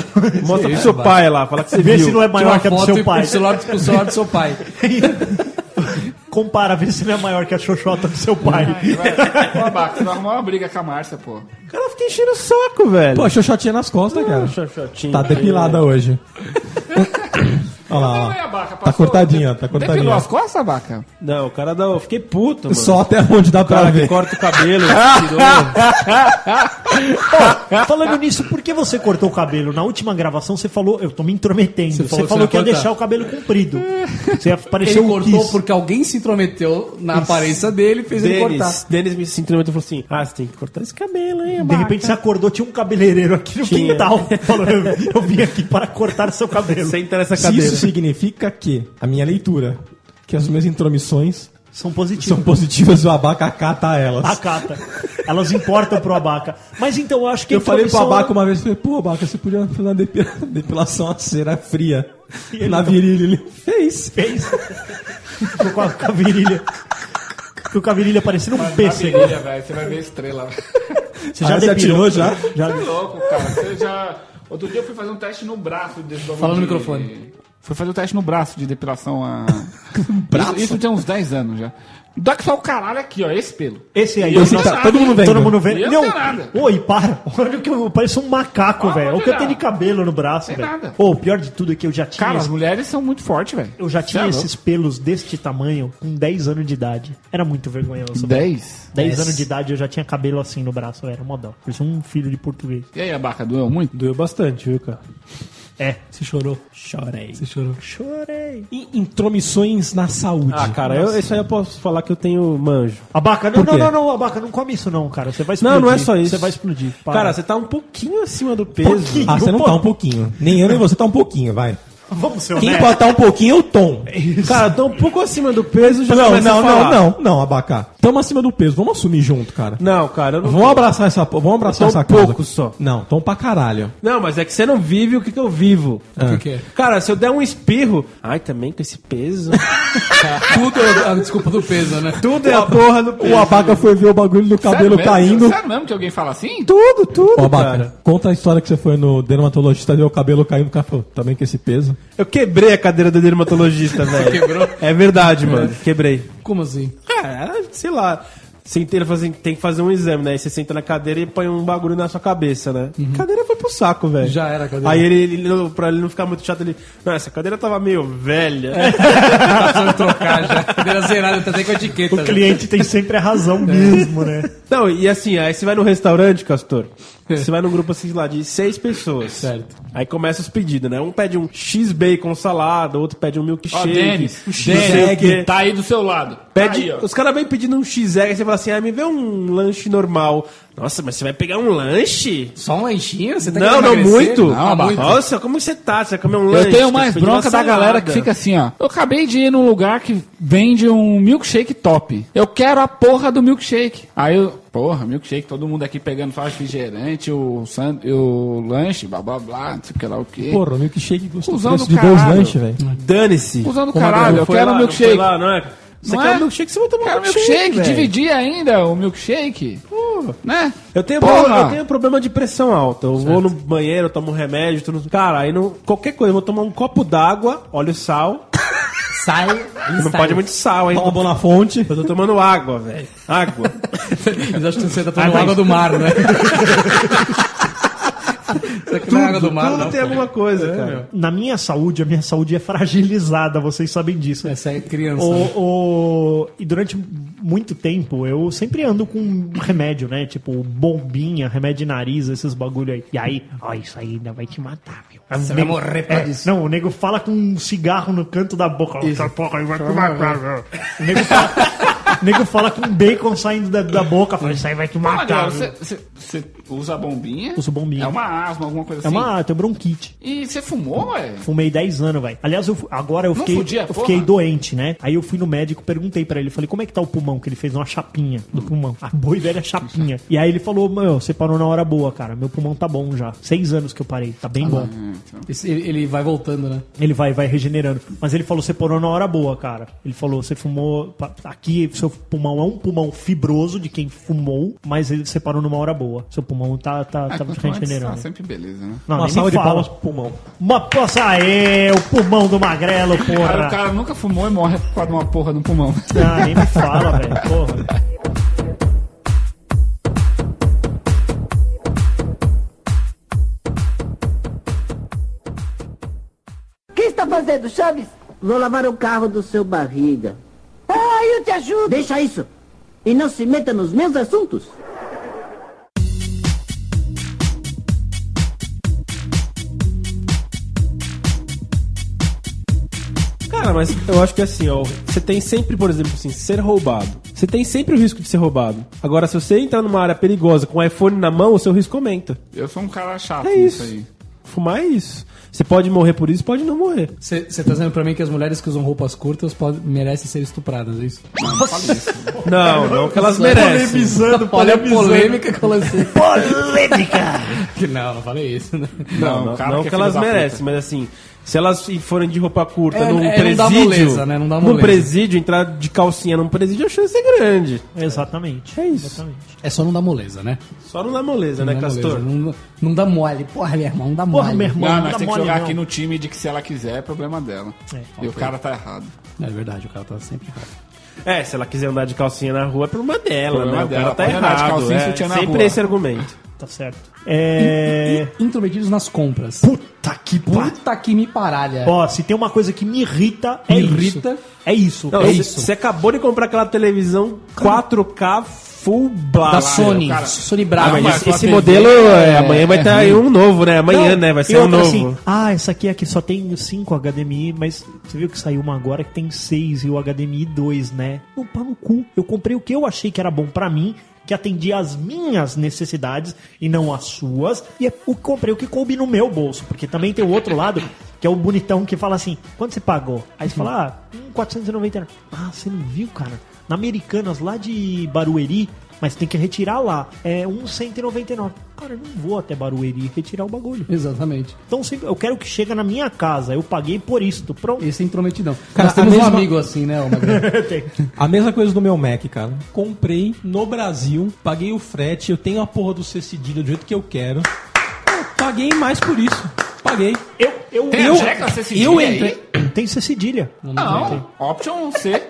H: Mostra pro seu pai lá, fala que você
E: Vê
H: viu.
E: se não é
F: Tira
E: maior que a do
F: foto e
E: seu pai.
F: pro celular, pro celular do seu pai.
E: compara, vê se ele é maior que a xoxota do seu pai.
D: Vai, Ô, Abaca, você vai arrumar uma briga com a Márcia, pô.
H: O cara fica enchendo o saco, velho.
C: Pô, xoxotinha nas costas, cara.
H: xoxotinha. é.
C: Tá depilada hoje. Olha lá,
D: Vai,
C: ó.
D: Abaca,
C: Tá
D: é, passou-
C: cortadinha, tá
D: Depilou
C: cortadinha.
D: as costas, Abaca?
H: Não, o cara dá. Eu fiquei puto, mano.
C: Só até onde dá
H: O cara
C: pra
H: que
C: ver.
H: corta o cabelo, tirou.
E: Falando nisso, por que você cortou o cabelo? Na última gravação você falou, eu tô me intrometendo, você falou,
F: falou que você
E: que ia
F: ia cortar.
E: deixar o cabelo comprido. Você ia
F: Ele
E: parecer um
F: cortou
E: Kiss.
F: porque alguém se intrometeu na aparência dele e fez ele cortar.
H: Denis, Denis me sentiu muito e falou assim: Ah, você tem que cortar esse cabelo, hein,
E: De
H: abaca.
E: repente você acordou, tinha um cabeleireiro aqui no
H: Tinha.
E: quintal. Falou, eu, eu vim aqui para cortar seu cabelo.
H: Senta nessa
C: Se
H: cadeira.
C: isso significa que a minha leitura, que as minhas intromissões
E: São positivos.
C: são positivas e o abaca acata elas.
E: Acata. Elas importam pro abaca. Mas então eu acho que a
C: Eu falei pro
E: intromissão-
C: Abaca
H: né?
C: uma vez, falei, pô, Abaca, você podia fazer uma depi- depilação a cera fria na virilha. Ele fez.
E: fez. Ficou com a, com a virilha. Ficou com a virilha parecendo um pêssego.
D: Maravilha, velho. Você vai ver estrela.
E: Você
C: Ah, você
E: depilou?
C: atirou já?
E: Já
D: Você é louco, cara. Você já... Outro dia eu fui fazer um teste no braço desse bagulho.
F: Fala no
D: de-
F: microfone.
D: Fui fazer um teste no braço de depilação a. braço? Isso, isso tem uns 10 anos já. Dá que só o caralho aqui, ó, esse pelo.
E: Esse aí.
C: Esse
E: não-
C: tá- todo mundo vendo.
E: Todo mundo vendo.
D: Eu
E: Não.
D: sei nada.
E: Oi, para. Olha que eu pareço um macaco,
D: Ah,
E: velho. Olha o
D: pode
E: que eu
D: olhar.
E: tenho de cabelo no braço,
D: Tem
E: velho.
D: nada.
E: Ô, o pior de tudo é que eu já tinha.
D: Cara, as
E: esse-
D: mulheres são muito fortes, velho.
E: Eu já tinha
D: Cê é
E: esses pelos deste tamanho com 10 anos de idade. Era muito vergonhoso.
D: louco.
E: velho.
D: 10?
E: 10 anos de idade eu já tinha cabelo assim no braço, era modão. Parecia um filho de português.
D: E aí, abaca, doeu muito?
H: Doeu bastante, viu, cara?
E: É.
F: Você chorou? Chorei. Você chorou.
E: Chorei.
C: E intromissões na saúde.
H: Ah, cara, eu, isso aí eu posso falar que eu tenho manjo.
E: Abaca, não,
H: Por
E: não,
H: quê?
E: não, não, abaca, não come isso não, cara. Você vai explodir.
H: Não, não é só isso.
E: Você vai explodir. Para.
H: Cara, você tá um pouquinho acima do peso.
E: Pouquinho.
C: Ah, você não tá um pouquinho. Nem eu, nem você tá um pouquinho, vai.
E: Vamos ser
C: Quem
E: honestos.
C: pode tá um pouquinho é o Tom.
H: Né? Cara, eu tô um pouco acima do peso já
C: Não,
H: começa a
C: não,
H: falar.
C: não, não, não, Abaca. Tamo acima do peso, vamos assumir junto, cara.
H: Não, cara, eu não.
C: Vamos abraçar essa po- Vamos abraçar
H: Tom
C: essa causa.
H: um pouco só.
C: Não, tom pra caralho. Ah.
H: Não, mas é que você não vive o que, que eu vivo.
F: O que, que é?
H: Cara, se eu der um espirro. Ai, também com esse peso.
F: Tudo é a desculpa do peso, né?
H: Tudo é a porra do peso.
C: O Abaca foi ver o bagulho do cabelo
E: tá
D: mesmo?
C: caindo.
D: Sério mesmo que alguém fala assim?
H: Tudo, tudo.
C: Ô, Abaca,
H: cara.
C: conta a história que você foi no dermatologista e deu o cabelo caindo. O cara falou, também com esse peso.
H: Eu quebrei a cadeira do dermatologista, velho.
F: Quebrou?
H: É verdade, mano. Quebrei.
F: Como assim?
H: Cara, sei lá. Sentei, ele falou assim, tem que fazer um exame, né? Aí você senta na cadeira e põe um bagulho na sua cabeça, né? A cadeira foi pro saco, velho.
F: Uhum. Já era a cadeira.
H: Aí ele, ele, não- pra ele não ficar muito chato, ele... Não, essa cadeira tava meio
F: É.
H: velha.
F: Precisamos trocar já. Cadeira zerada, tá até com etiqueta.
E: O cliente tem sempre a razão
C: É.
E: mesmo, né?
H: Não, e assim, aí você vai no restaurante, Castor.
F: É.
H: Você vai num grupo assim lá de seis pessoas.
F: Certo.
H: Aí começa os pedidos, né? Um pede um X-Bacon salada, outro pede um
D: Ó,
H: milkshake.
D: Denis,
H: um X-Egg.
D: Denis, tá aí do seu lado. Tá
H: Pede,
D: aí, ó.
H: os caras vêm pedindo um X-Egg, aí você fala assim, ah, me vê um lanche normal. Nossa, mas você vai pegar um lanche?
F: Só um lanchinho? Você tá
H: não,
F: querendo
H: não,
F: emagrecer?
H: muito.
F: Não,
D: Não,
F: muito.
H: Nossa, como você tá? Você vai comer um lanche?
D: Eu tenho
H: Você
D: mais
H: pediu
D: bronca
H: uma
D: da galera
H: salada.
D: que fica assim, ó. Eu acabei de ir num lugar que vende um milkshake top. Eu quero a porra do milkshake. Aí eu, porra, milkshake, todo mundo aqui pegando só refrigerante, o, san- o lanche, blá blá blá, não sei o que lá o quê.
C: Porra, milkshake gostou do
D: Cusão
C: preço
D: do
C: de dois
D: assim, caralho.
C: lanches, velho.
H: Dane-se.
D: Usando
H: Como
D: caralho,
H: não
D: eu
H: foi
D: quero
H: lá,
D: um
H: não foi
D: milkshake.
H: lá, não é? Você
D: Não
H: quer
D: é?
H: um milkshake, você vai tomar
D: Quero
H: um
D: milkshake,
H: milkshake, velho.
D: dividir ainda o milkshake. Né?
H: Eu tenho,
D: Porra!
H: problema, eu tenho problema de pressão alta. Eu vou no banheiro, eu tomo um remédio, tudo. Cara, aí não. Qualquer coisa, eu vou tomar um copo d'água, óleo e sal.
F: Sai.
H: Não pode muito sal, hein?
C: Toma bom na fonte.
H: Eu tô tomando água, velho. Água.
F: Eles acham que você tá
H: Ah,
F: tomando água do mar, né? Será que não é água do mar,
H: tudo
F: não?
H: tem
F: pô?
H: alguma coisa, cara.
E: Na minha saúde, a minha saúde é fragilizada, vocês sabem disso.
F: Essa é criança. né?
E: O, o- e durante muito tempo eu sempre ando com remédio, né? Tipo, bombinha, remédio de nariz, esses bagulho aí. E aí, ó, isso aí ainda vai te matar, viu? Você
F: vai morrer por causa disso.
E: Não, o nego fala com um cigarro no canto da boca. ó, Essa porra aí vai te matar, viu? O nego fala, o nego fala com um bacon saindo da, da boca, fala, isso aí vai te
H: Tá,
D: Fala,
E: matar.
D: Adriano,
E: viu?
D: você- você você usa bombinha?
E: Uso bombinha.
D: É uma asma, alguma coisa
E: É
D: assim.
E: uma tem bronquite.
D: E você fumou, ué?
E: Fumei 10 anos, velho. Aliás, eu fu- agora eu
D: Não
E: fiquei,
D: podia,
E: eu
D: porra.
E: fiquei doente, né? Aí eu fui no médico, perguntei pra ele, falei, como é que tá o pulmão? Que ele fez uma chapinha do
D: Hum.
E: pulmão. A boa e velha é chapinha. E aí ele falou, meu, você parou na hora boa, cara. Meu pulmão tá bom já. Seis anos que eu parei, tá
D: Ah,
E: bem bom.
F: Esse- Ele ele vai voltando, né?
E: Ele vai, vai regenerando. Mas ele falou, você parou na hora boa, cara. Ele falou, você fumou. pa- Aqui, se eu pulmão é um pulmão fibroso de quem fumou, mas ele separou numa hora boa. Seu pulmão tá, tá,
D: Ah,
E: tá
D: quanto
E: bastante
D: antes, tá
E: venerando.
D: sempre beleza, né?
E: Não,
C: Uma
E: nem me
C: salva de
E: fala.
C: palmas pro pulmão.
E: Uma poça aí, o pulmão do magrelo,
D: Cara, o
H: tá-
E: porra.
D: cara nunca fumou e morre por causa de uma porra no pulmão.
E: Ah, nem me fala, velho. Porra.
I: O que está fazendo, Chaves? Vou lavar o carro do seu barriga. Ah, eu te ajudo. Deixa isso. E não se meta nos meus assuntos.
H: Cara, mas eu acho que assim, ó, você tem sempre, por exemplo, assim, ser roubado. Você tem sempre o risco de ser roubado. Agora, se você entrar numa área perigosa com o iPhone na mão, o seu risco aumenta.
D: Eu sou um cara chato
H: É
D: nisso
H: isso.
D: aí.
H: Fumar é isso. Você pode morrer por isso, pode não morrer.
F: Você tá dizendo pra mim que as mulheres que usam roupas curtas podem- merecem ser estupradas, é isso?
D: Não, não fala isso.
H: Não, não que elas merecem.
F: Polemizando, Olha a polêmica que eu lancei.
E: Polêmica!
F: Que não, não falei isso. Né?
H: Não, não,
D: o cara
H: não
D: é
H: que,
D: filho
H: elas
D: da puta.
H: merecem, mas assim, se elas forem de roupa curta
F: É,
H: num
F: é, não
H: presídio,
F: dá moleza, né? Não dá
H: num
F: moleza.
H: presídio, entrar de calcinha num presídio, a chance é grande.
E: Exatamente.
H: É isso.
E: Exatamente.
F: É só não dar moleza, né?
H: Só não dá
C: é,
H: moleza,
F: Não
H: né,
F: dá
H: Castor?
F: moleza, não, não dá mole. Porra, meu irmão, não dá mole.
E: Porra, meu irmão,
D: Não,
E: não
D: nós
E: dá
D: temos que
E: mole,
D: jogar
E: não.
D: aqui no time de que se ela quiser, é problema dela. e o cara tá errado.
F: É verdade, o cara tá sempre errado.
H: É, se ela quiser andar de calcinha na rua, é problema dela,
D: Problema
H: né?
D: dela,
H: O cara tá
D: pode andar de
H: errado.
D: calcinha e
H: é.
D: sutiã na
H: Sempre
D: rua.
H: esse argumento.
E: Tá certo. É.
F: E intrometidos nas compras.
E: Puta que pariu.
F: Puta que me paralha.
E: Ó, se tem uma coisa que me irrita, é
F: Me
E: isso.
F: irrita.
E: É isso.
H: Não,
E: é
H: você-
E: isso.
H: Você acabou de comprar aquela televisão 4K full blast.
F: da Sony.
D: cara.
F: Sony
H: Ah,
F: Brava.
H: mas
D: mas
H: esse,
D: sua
H: esse
D: TV
H: modelo, é, amanhã vai
F: é
H: estar tá aí um novo, né? Amanhã, né? Vai
E: e
H: ser um
E: outra
H: novo.
E: assim, ah, essa aqui é que só tem 5 HDMI, mas você viu que saiu uma agora que tem 6 e o HDMI 2, né? Não pá no cu. Eu comprei o que eu achei que era bom pra mim, que atendia às minhas necessidades e não às suas. E é o comprei o que coube no meu bolso, porque também tem o outro lado, que é o bonitão que fala assim: "Quanto você pagou?" Aí você fala: "Ah, hum, 499". Ah, você não viu, cara? Na Americanas lá de Barueri, mas tem que retirar lá. É 1,199. Cara, eu não vou até Barueri retirar o bagulho.
F: Exatamente.
E: Então sempre, eu quero que chegue na minha casa. Eu paguei por isto. Pronto.
F: Esse é intrometidão.
C: Cara,
F: Nós temos
C: a mesma-
F: um amigo assim, né? ô Magrelo?
C: A mesma coisa do meu Mac, cara. Comprei no Brasil, paguei o frete, eu tenho a porra do C cedilha do jeito que eu quero. Pô, Paguei mais por isso. Paguei.
E: Eu, eu,
D: Tem
E: eu,
D: a tecla C cedilha
C: eu
D: aí?
C: entrei-
E: tem C cedilha.
D: Não, option C.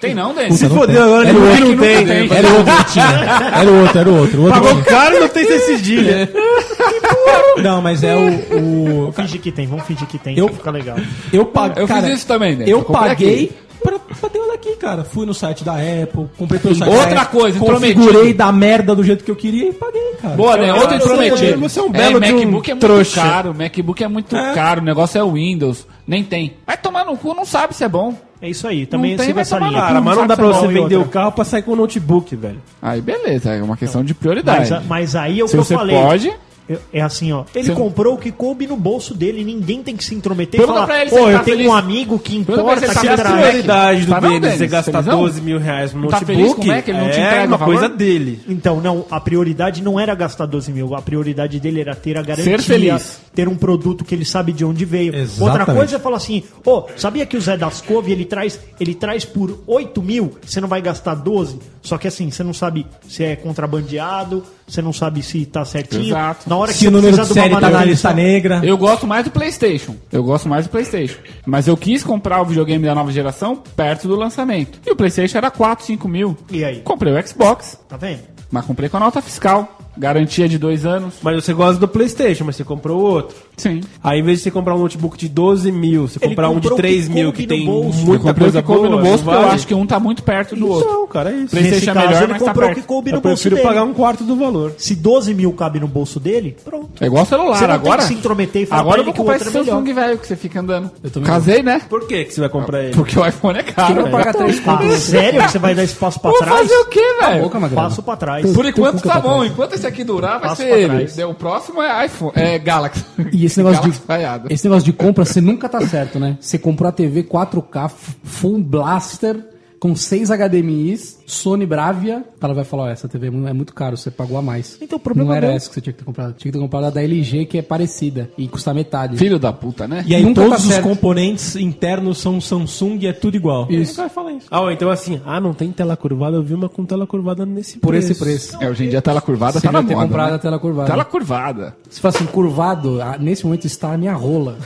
D: Tem não, Denis?
C: Puta, não tem.
H: agora
C: Era
H: que
C: o
H: não
D: outro que
H: tem.
D: nunca
C: Era o outro que tinha. Era o outro, era o outro. O outro
H: Pagou caro não tem ser cedilha.
C: tinha. Não, mas é o. o-
E: Finge que tem, vamos fingir que tem.
C: Eu-
E: Eu... Fica legal.
C: eu paguei.
D: Eu fiz isso também, né?
C: Eu
D: Eu comprei
C: paguei
D: aqui.
C: pra, pra ter ela aqui, cara. Fui no site da Apple, comprei pelo site
D: Outra
C: da Apple,
D: coisa,
C: configurei
D: intrometido.
C: da merda do jeito que eu queria e paguei, cara.
D: Boa, né? Outro
H: Você-
D: intrometido.
H: você é um belo de um
D: MacBook é muito
H: trouxa.
D: caro, MacBook é muito caro, o negócio é o Windows, nem tem. Vai tomar no cu, não sabe se é bom.
E: É isso aí. Também
D: Não é tem,
E: siga
D: vai
E: essa
D: tomar
E: linha.
D: lá.
H: Cara, mas não dá pra você
E: Sabe
H: vender o
E: outra?
H: carro pra sair com o notebook, velho.
D: Aí beleza, é uma questão de
E: Mas,
D: prioridade.
E: a- mas aí é o
D: se
E: que eu
D: você
E: falei.
D: pode,
E: Eu- É assim, ó. Ele
D: Você-
E: comprou o que coube no bolso dele. Ninguém tem que se intrometer
D: Pergunta
E: e
D: pra
E: falar:
D: ele se ele
E: Pô, eu
D: tá
E: tenho
D: feliz.
E: um amigo que
D: Pergunta pra
E: importa
D: ele se ele
E: que
D: tá
H: Se a
D: feliz com o
E: traz.
D: Mac.
H: prioridade
D: Tá
H: do
D: não,
H: Denis é
D: Denis,
H: gastar
D: felizão?
H: 12 mil reais no
D: Não tá feliz
H: notebook,
D: com o Mac? Ele não te
H: é
D: entrega
H: uma
D: o valor?
H: coisa dele.
E: Então, não, a prioridade não era gastar 12 mil, a prioridade dele era ter a garantia,
D: Ser feliz.
E: ter um produto que ele sabe de onde veio.
C: Exatamente.
E: Outra coisa é falar assim, ô, sabia que o Zé das Cove, ele traz, ele traz por 8 mil, você não vai gastar 12? Só que assim, você não sabe se é contrabandeado, você não sabe se tá certinho.
D: Exato.
E: Na hora que
C: Se
E: você
C: o número de
E: precisar de uma
C: série tá na
E: manutenção-
C: lista negra.
D: Eu gosto mais do PlayStation. Eu gosto mais do PlayStation. Mas eu quis comprar o videogame da nova geração perto do lançamento. E o PlayStation era 4, 5 mil.
E: E aí?
D: Comprei o Xbox,
E: Tá vendo?
D: mas comprei com a nota fiscal. Garantia de dois anos.
H: Mas você gosta do Playstation, mas você comprou outro.
D: Sim.
H: Aí, em vez de você comprar um notebook de 12 mil, você
E: Ele
H: comprar um de
E: comprou o que
H: 3 mil
E: coube
H: que
E: no
H: tem
E: bolso.
D: Eu
H: muita
D: comprei o
H: coisa
D: que coube
H: boa,
D: no
H: não
D: bolso, porque eu
H: vale?
D: acho que um tá muito perto
C: Então,
D: do outro.
H: Não, cara, é isso.
D: Play- PlayStation é melhor,
E: ele
D: mas tá
E: comprou o que
D: perto.
E: coube no
H: Eu
E: bolso
H: prefiro
E: dele.
H: pagar um quarto do valor.
E: Se 12 mil cabe no bolso dele, pronto.
D: É igual celular
E: Você não tem
D: agora.
E: que se intrometer e falar
D: agora
E: pra
D: eu vou
E: ele que o
D: comprar
E: outro
D: esse
E: é melhor.
D: Samsung velho que você fica andando.
F: Eu também
D: Casei, né?
H: Por que que você vai comprar ele?
D: Porque o iPhone é
F: Quem
D: caro.
F: não paga três
E: Ah,
F: contas?
E: sério que você vai dar esse passo pra
D: Vou
E: trás?
D: fazer o quê, velho?
F: Boca, Magrelo.
E: Passo pra trás.
D: Por enquanto
F: Cuca
D: tá
F: pra
D: bom.
F: trás.
D: Enquanto esse aqui durar, vai
E: Passo
D: ser
E: pra
D: ele.
E: trás.
D: Daí O próximo é iPhone. É Galaxy.
F: E esse negócio, de,
D: Galaxy vaiado.
F: esse negócio de compra, você nunca tá certo, né? Você comprou a TV 4K f- Full Blaster com 6 HDMIs Sony Bravia. O cara vai falar, ó, essa TV é mu- é muito caro, você pagou a mais.
E: Então, o problema
F: Não era
E: meu-
F: essa que você tinha que ter comprado. Tinha que ter comprado a da LG, que é parecida. E custa metade.
D: Filho da puta, né?
C: E aí
F: Nunca
C: todos
F: tá
C: os
F: certo.
C: componentes internos são Samsung e é tudo igual.
F: Isso.
C: Ele vai falar isso.
H: Ah, ó, então assim, ah, não tem tela curvada, eu vi uma com tela curvada nesse
F: Por
H: preço.
F: esse preço.
D: É, hoje em dia a tela curvada
F: Você
D: tá na
F: vai ter
D: moda.
F: comprado
D: né?
F: a tela curvada.
D: Tela curvada.
F: Se fala assim, curvado, ah, nesse momento está a minha rola.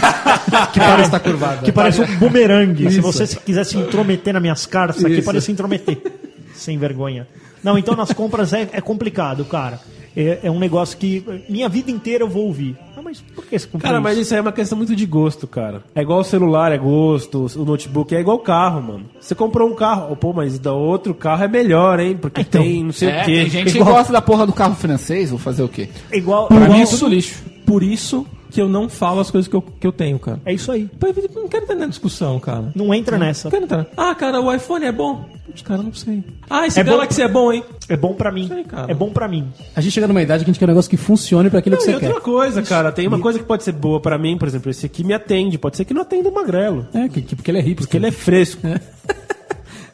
F: que cara está curvada.
E: Que parece um bumerangue. Se
F: Isso.
E: você se quiser se intrometer nas minhas cartas, aqui
F: Isso.
E: parece se intrometer. Sem vergonha. Não, então nas compras é, é complicado, cara. É, é um negócio que minha vida inteira eu vou ouvir. Ah, mas por que você comprou
H: Cara, mas
E: isso?
H: isso aí é uma questão muito de gosto, cara. É igual o celular, é gosto, o notebook, é igual carro, mano. Você comprou um carro, pô, mas da outro carro é melhor, hein? Porque
C: Então,
H: tem não sei
D: É,
H: o quê.
D: tem gente que
H: Igual-
D: gosta da porra do carro francês, vou fazer o quê?
E: É igual.
D: Pra mim é
E: igual-
D: tudo lixo.
C: Por isso que eu não falo as coisas que eu, que eu tenho, cara.
E: É isso aí.
C: Pô, eu Não quero entrar na discussão, cara.
E: Não entra nessa.
C: Não quero entrar. Ah, cara, o iPhone é bom? Os caras não sei. Ah, esse
E: É bom-
C: Galaxy é bom, hein?
E: É bom pra mim.
C: Sei, cara.
E: É bom pra mim.
F: A gente chega numa idade que a gente quer um negócio que funcione para aquilo
H: Não,
F: que
H: e
F: você quer.
H: outra coisa, cara, tem uma coisa que pode ser boa pra mim, por exemplo, esse aqui me atende, pode ser que não atenda o magrelo,
F: É, que, que- porque ele é hipster.
H: porque ele é fresco.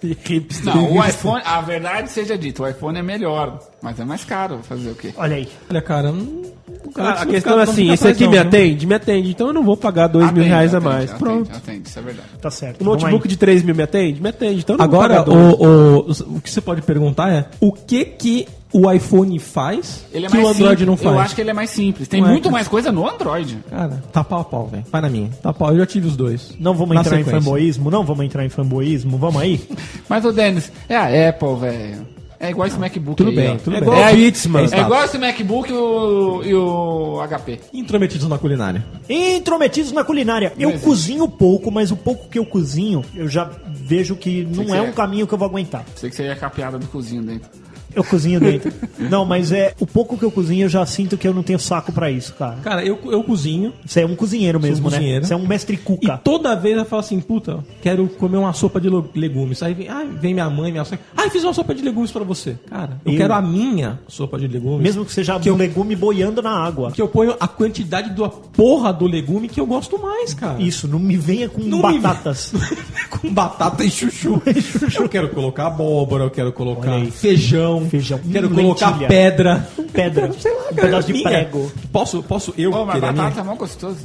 H: E hipster.
D: Não, o iPhone, a verdade seja dita, o iPhone é melhor, mas é mais caro, vou fazer o quê?
E: Olha aí.
C: Olha, cara, não- o
H: Ah,
C: Galaxy
H: a questão
C: não fica-
H: é
C: não
H: assim,
C: fica
H: esse
C: atrás
H: aqui
C: não,
H: me
C: viu?
H: atende? Me atende, então eu não vou pagar dois mil
D: Atende,
H: reais a
D: atende,
H: mais.
D: atende,
H: Pronto.
D: atende, isso é verdade.
E: Tá certo.
H: O notebook de 3 mil me atende? Me atende. Então eu não vou
C: Agora,
H: pagar dois.
C: o, o, o que você pode perguntar é o que que o iPhone faz
D: Ele é
C: que
D: mais
C: o Android
D: simples.
C: não faz?
D: Eu acho que ele é mais simples. Tem
C: Não é,
D: muito
C: cara.
D: mais coisa no Android.
C: Cara, tá pau a pau, velho. Vai na minha. Tá pau. Eu já tive os dois.
E: Não vamos
C: Na
E: entrar em
C: sequência.
E: fanboísmo, não vamos entrar em fanboísmo, vamos aí?
D: Mas, o Denis, é a Apple, velho. É igual esse MacBook
C: Tudo
D: aí,
C: bem,
D: ó.
C: tudo
H: É
C: bem.
H: igual
D: É,
H: o Beats, mano.
D: É igual esse MacBook e o, e o HP.
C: Intrometidos na culinária.
E: Intrometidos na culinária. Eu
D: Mas é.
E: cozinho pouco, mas o pouco que eu cozinho, eu já vejo que não
D: que
E: é
D: você
E: um
D: é.
E: caminho que eu vou aguentar.
D: Sei que seria a capeada do cozinho dentro.
E: Eu cozinho dentro. não, mas é o pouco que eu cozinho, eu já sinto que eu não tenho saco pra isso, cara.
C: Cara, eu, eu cozinho
E: Você é um cozinheiro mesmo, né?
C: cozinheiro.
E: Você é um mestre
C: e
E: cuca.
C: toda vez eu falo assim, puta, quero comer uma sopa de lo- legumes. Aí vem, ai, vem minha mãe, minha sogra. Ai, fiz uma sopa de legumes pra você. Cara, eu,
E: Eu?
C: quero a minha sopa de legumes.
E: Mesmo que seja um legume boiando na água.
C: que eu ponho a quantidade da porra do legume que eu gosto mais, cara.
E: Isso, não me venha com
C: Não me-
E: batatas.
C: com batata e chuchu. Eu quero colocar abóbora, eu quero colocar
E: Olha aí.
C: feijão,
E: Feijão.
C: quero
E: Hum,
C: colocar
E: lentilha.
C: pedra.
E: Pedra.
C: Sei lá,
E: Um
C: cara.
E: pedaço de
C: minha.
E: prego.
C: Posso, posso eu
D: Pô, mas
C: querer a minha?
D: batata é mó gostoso.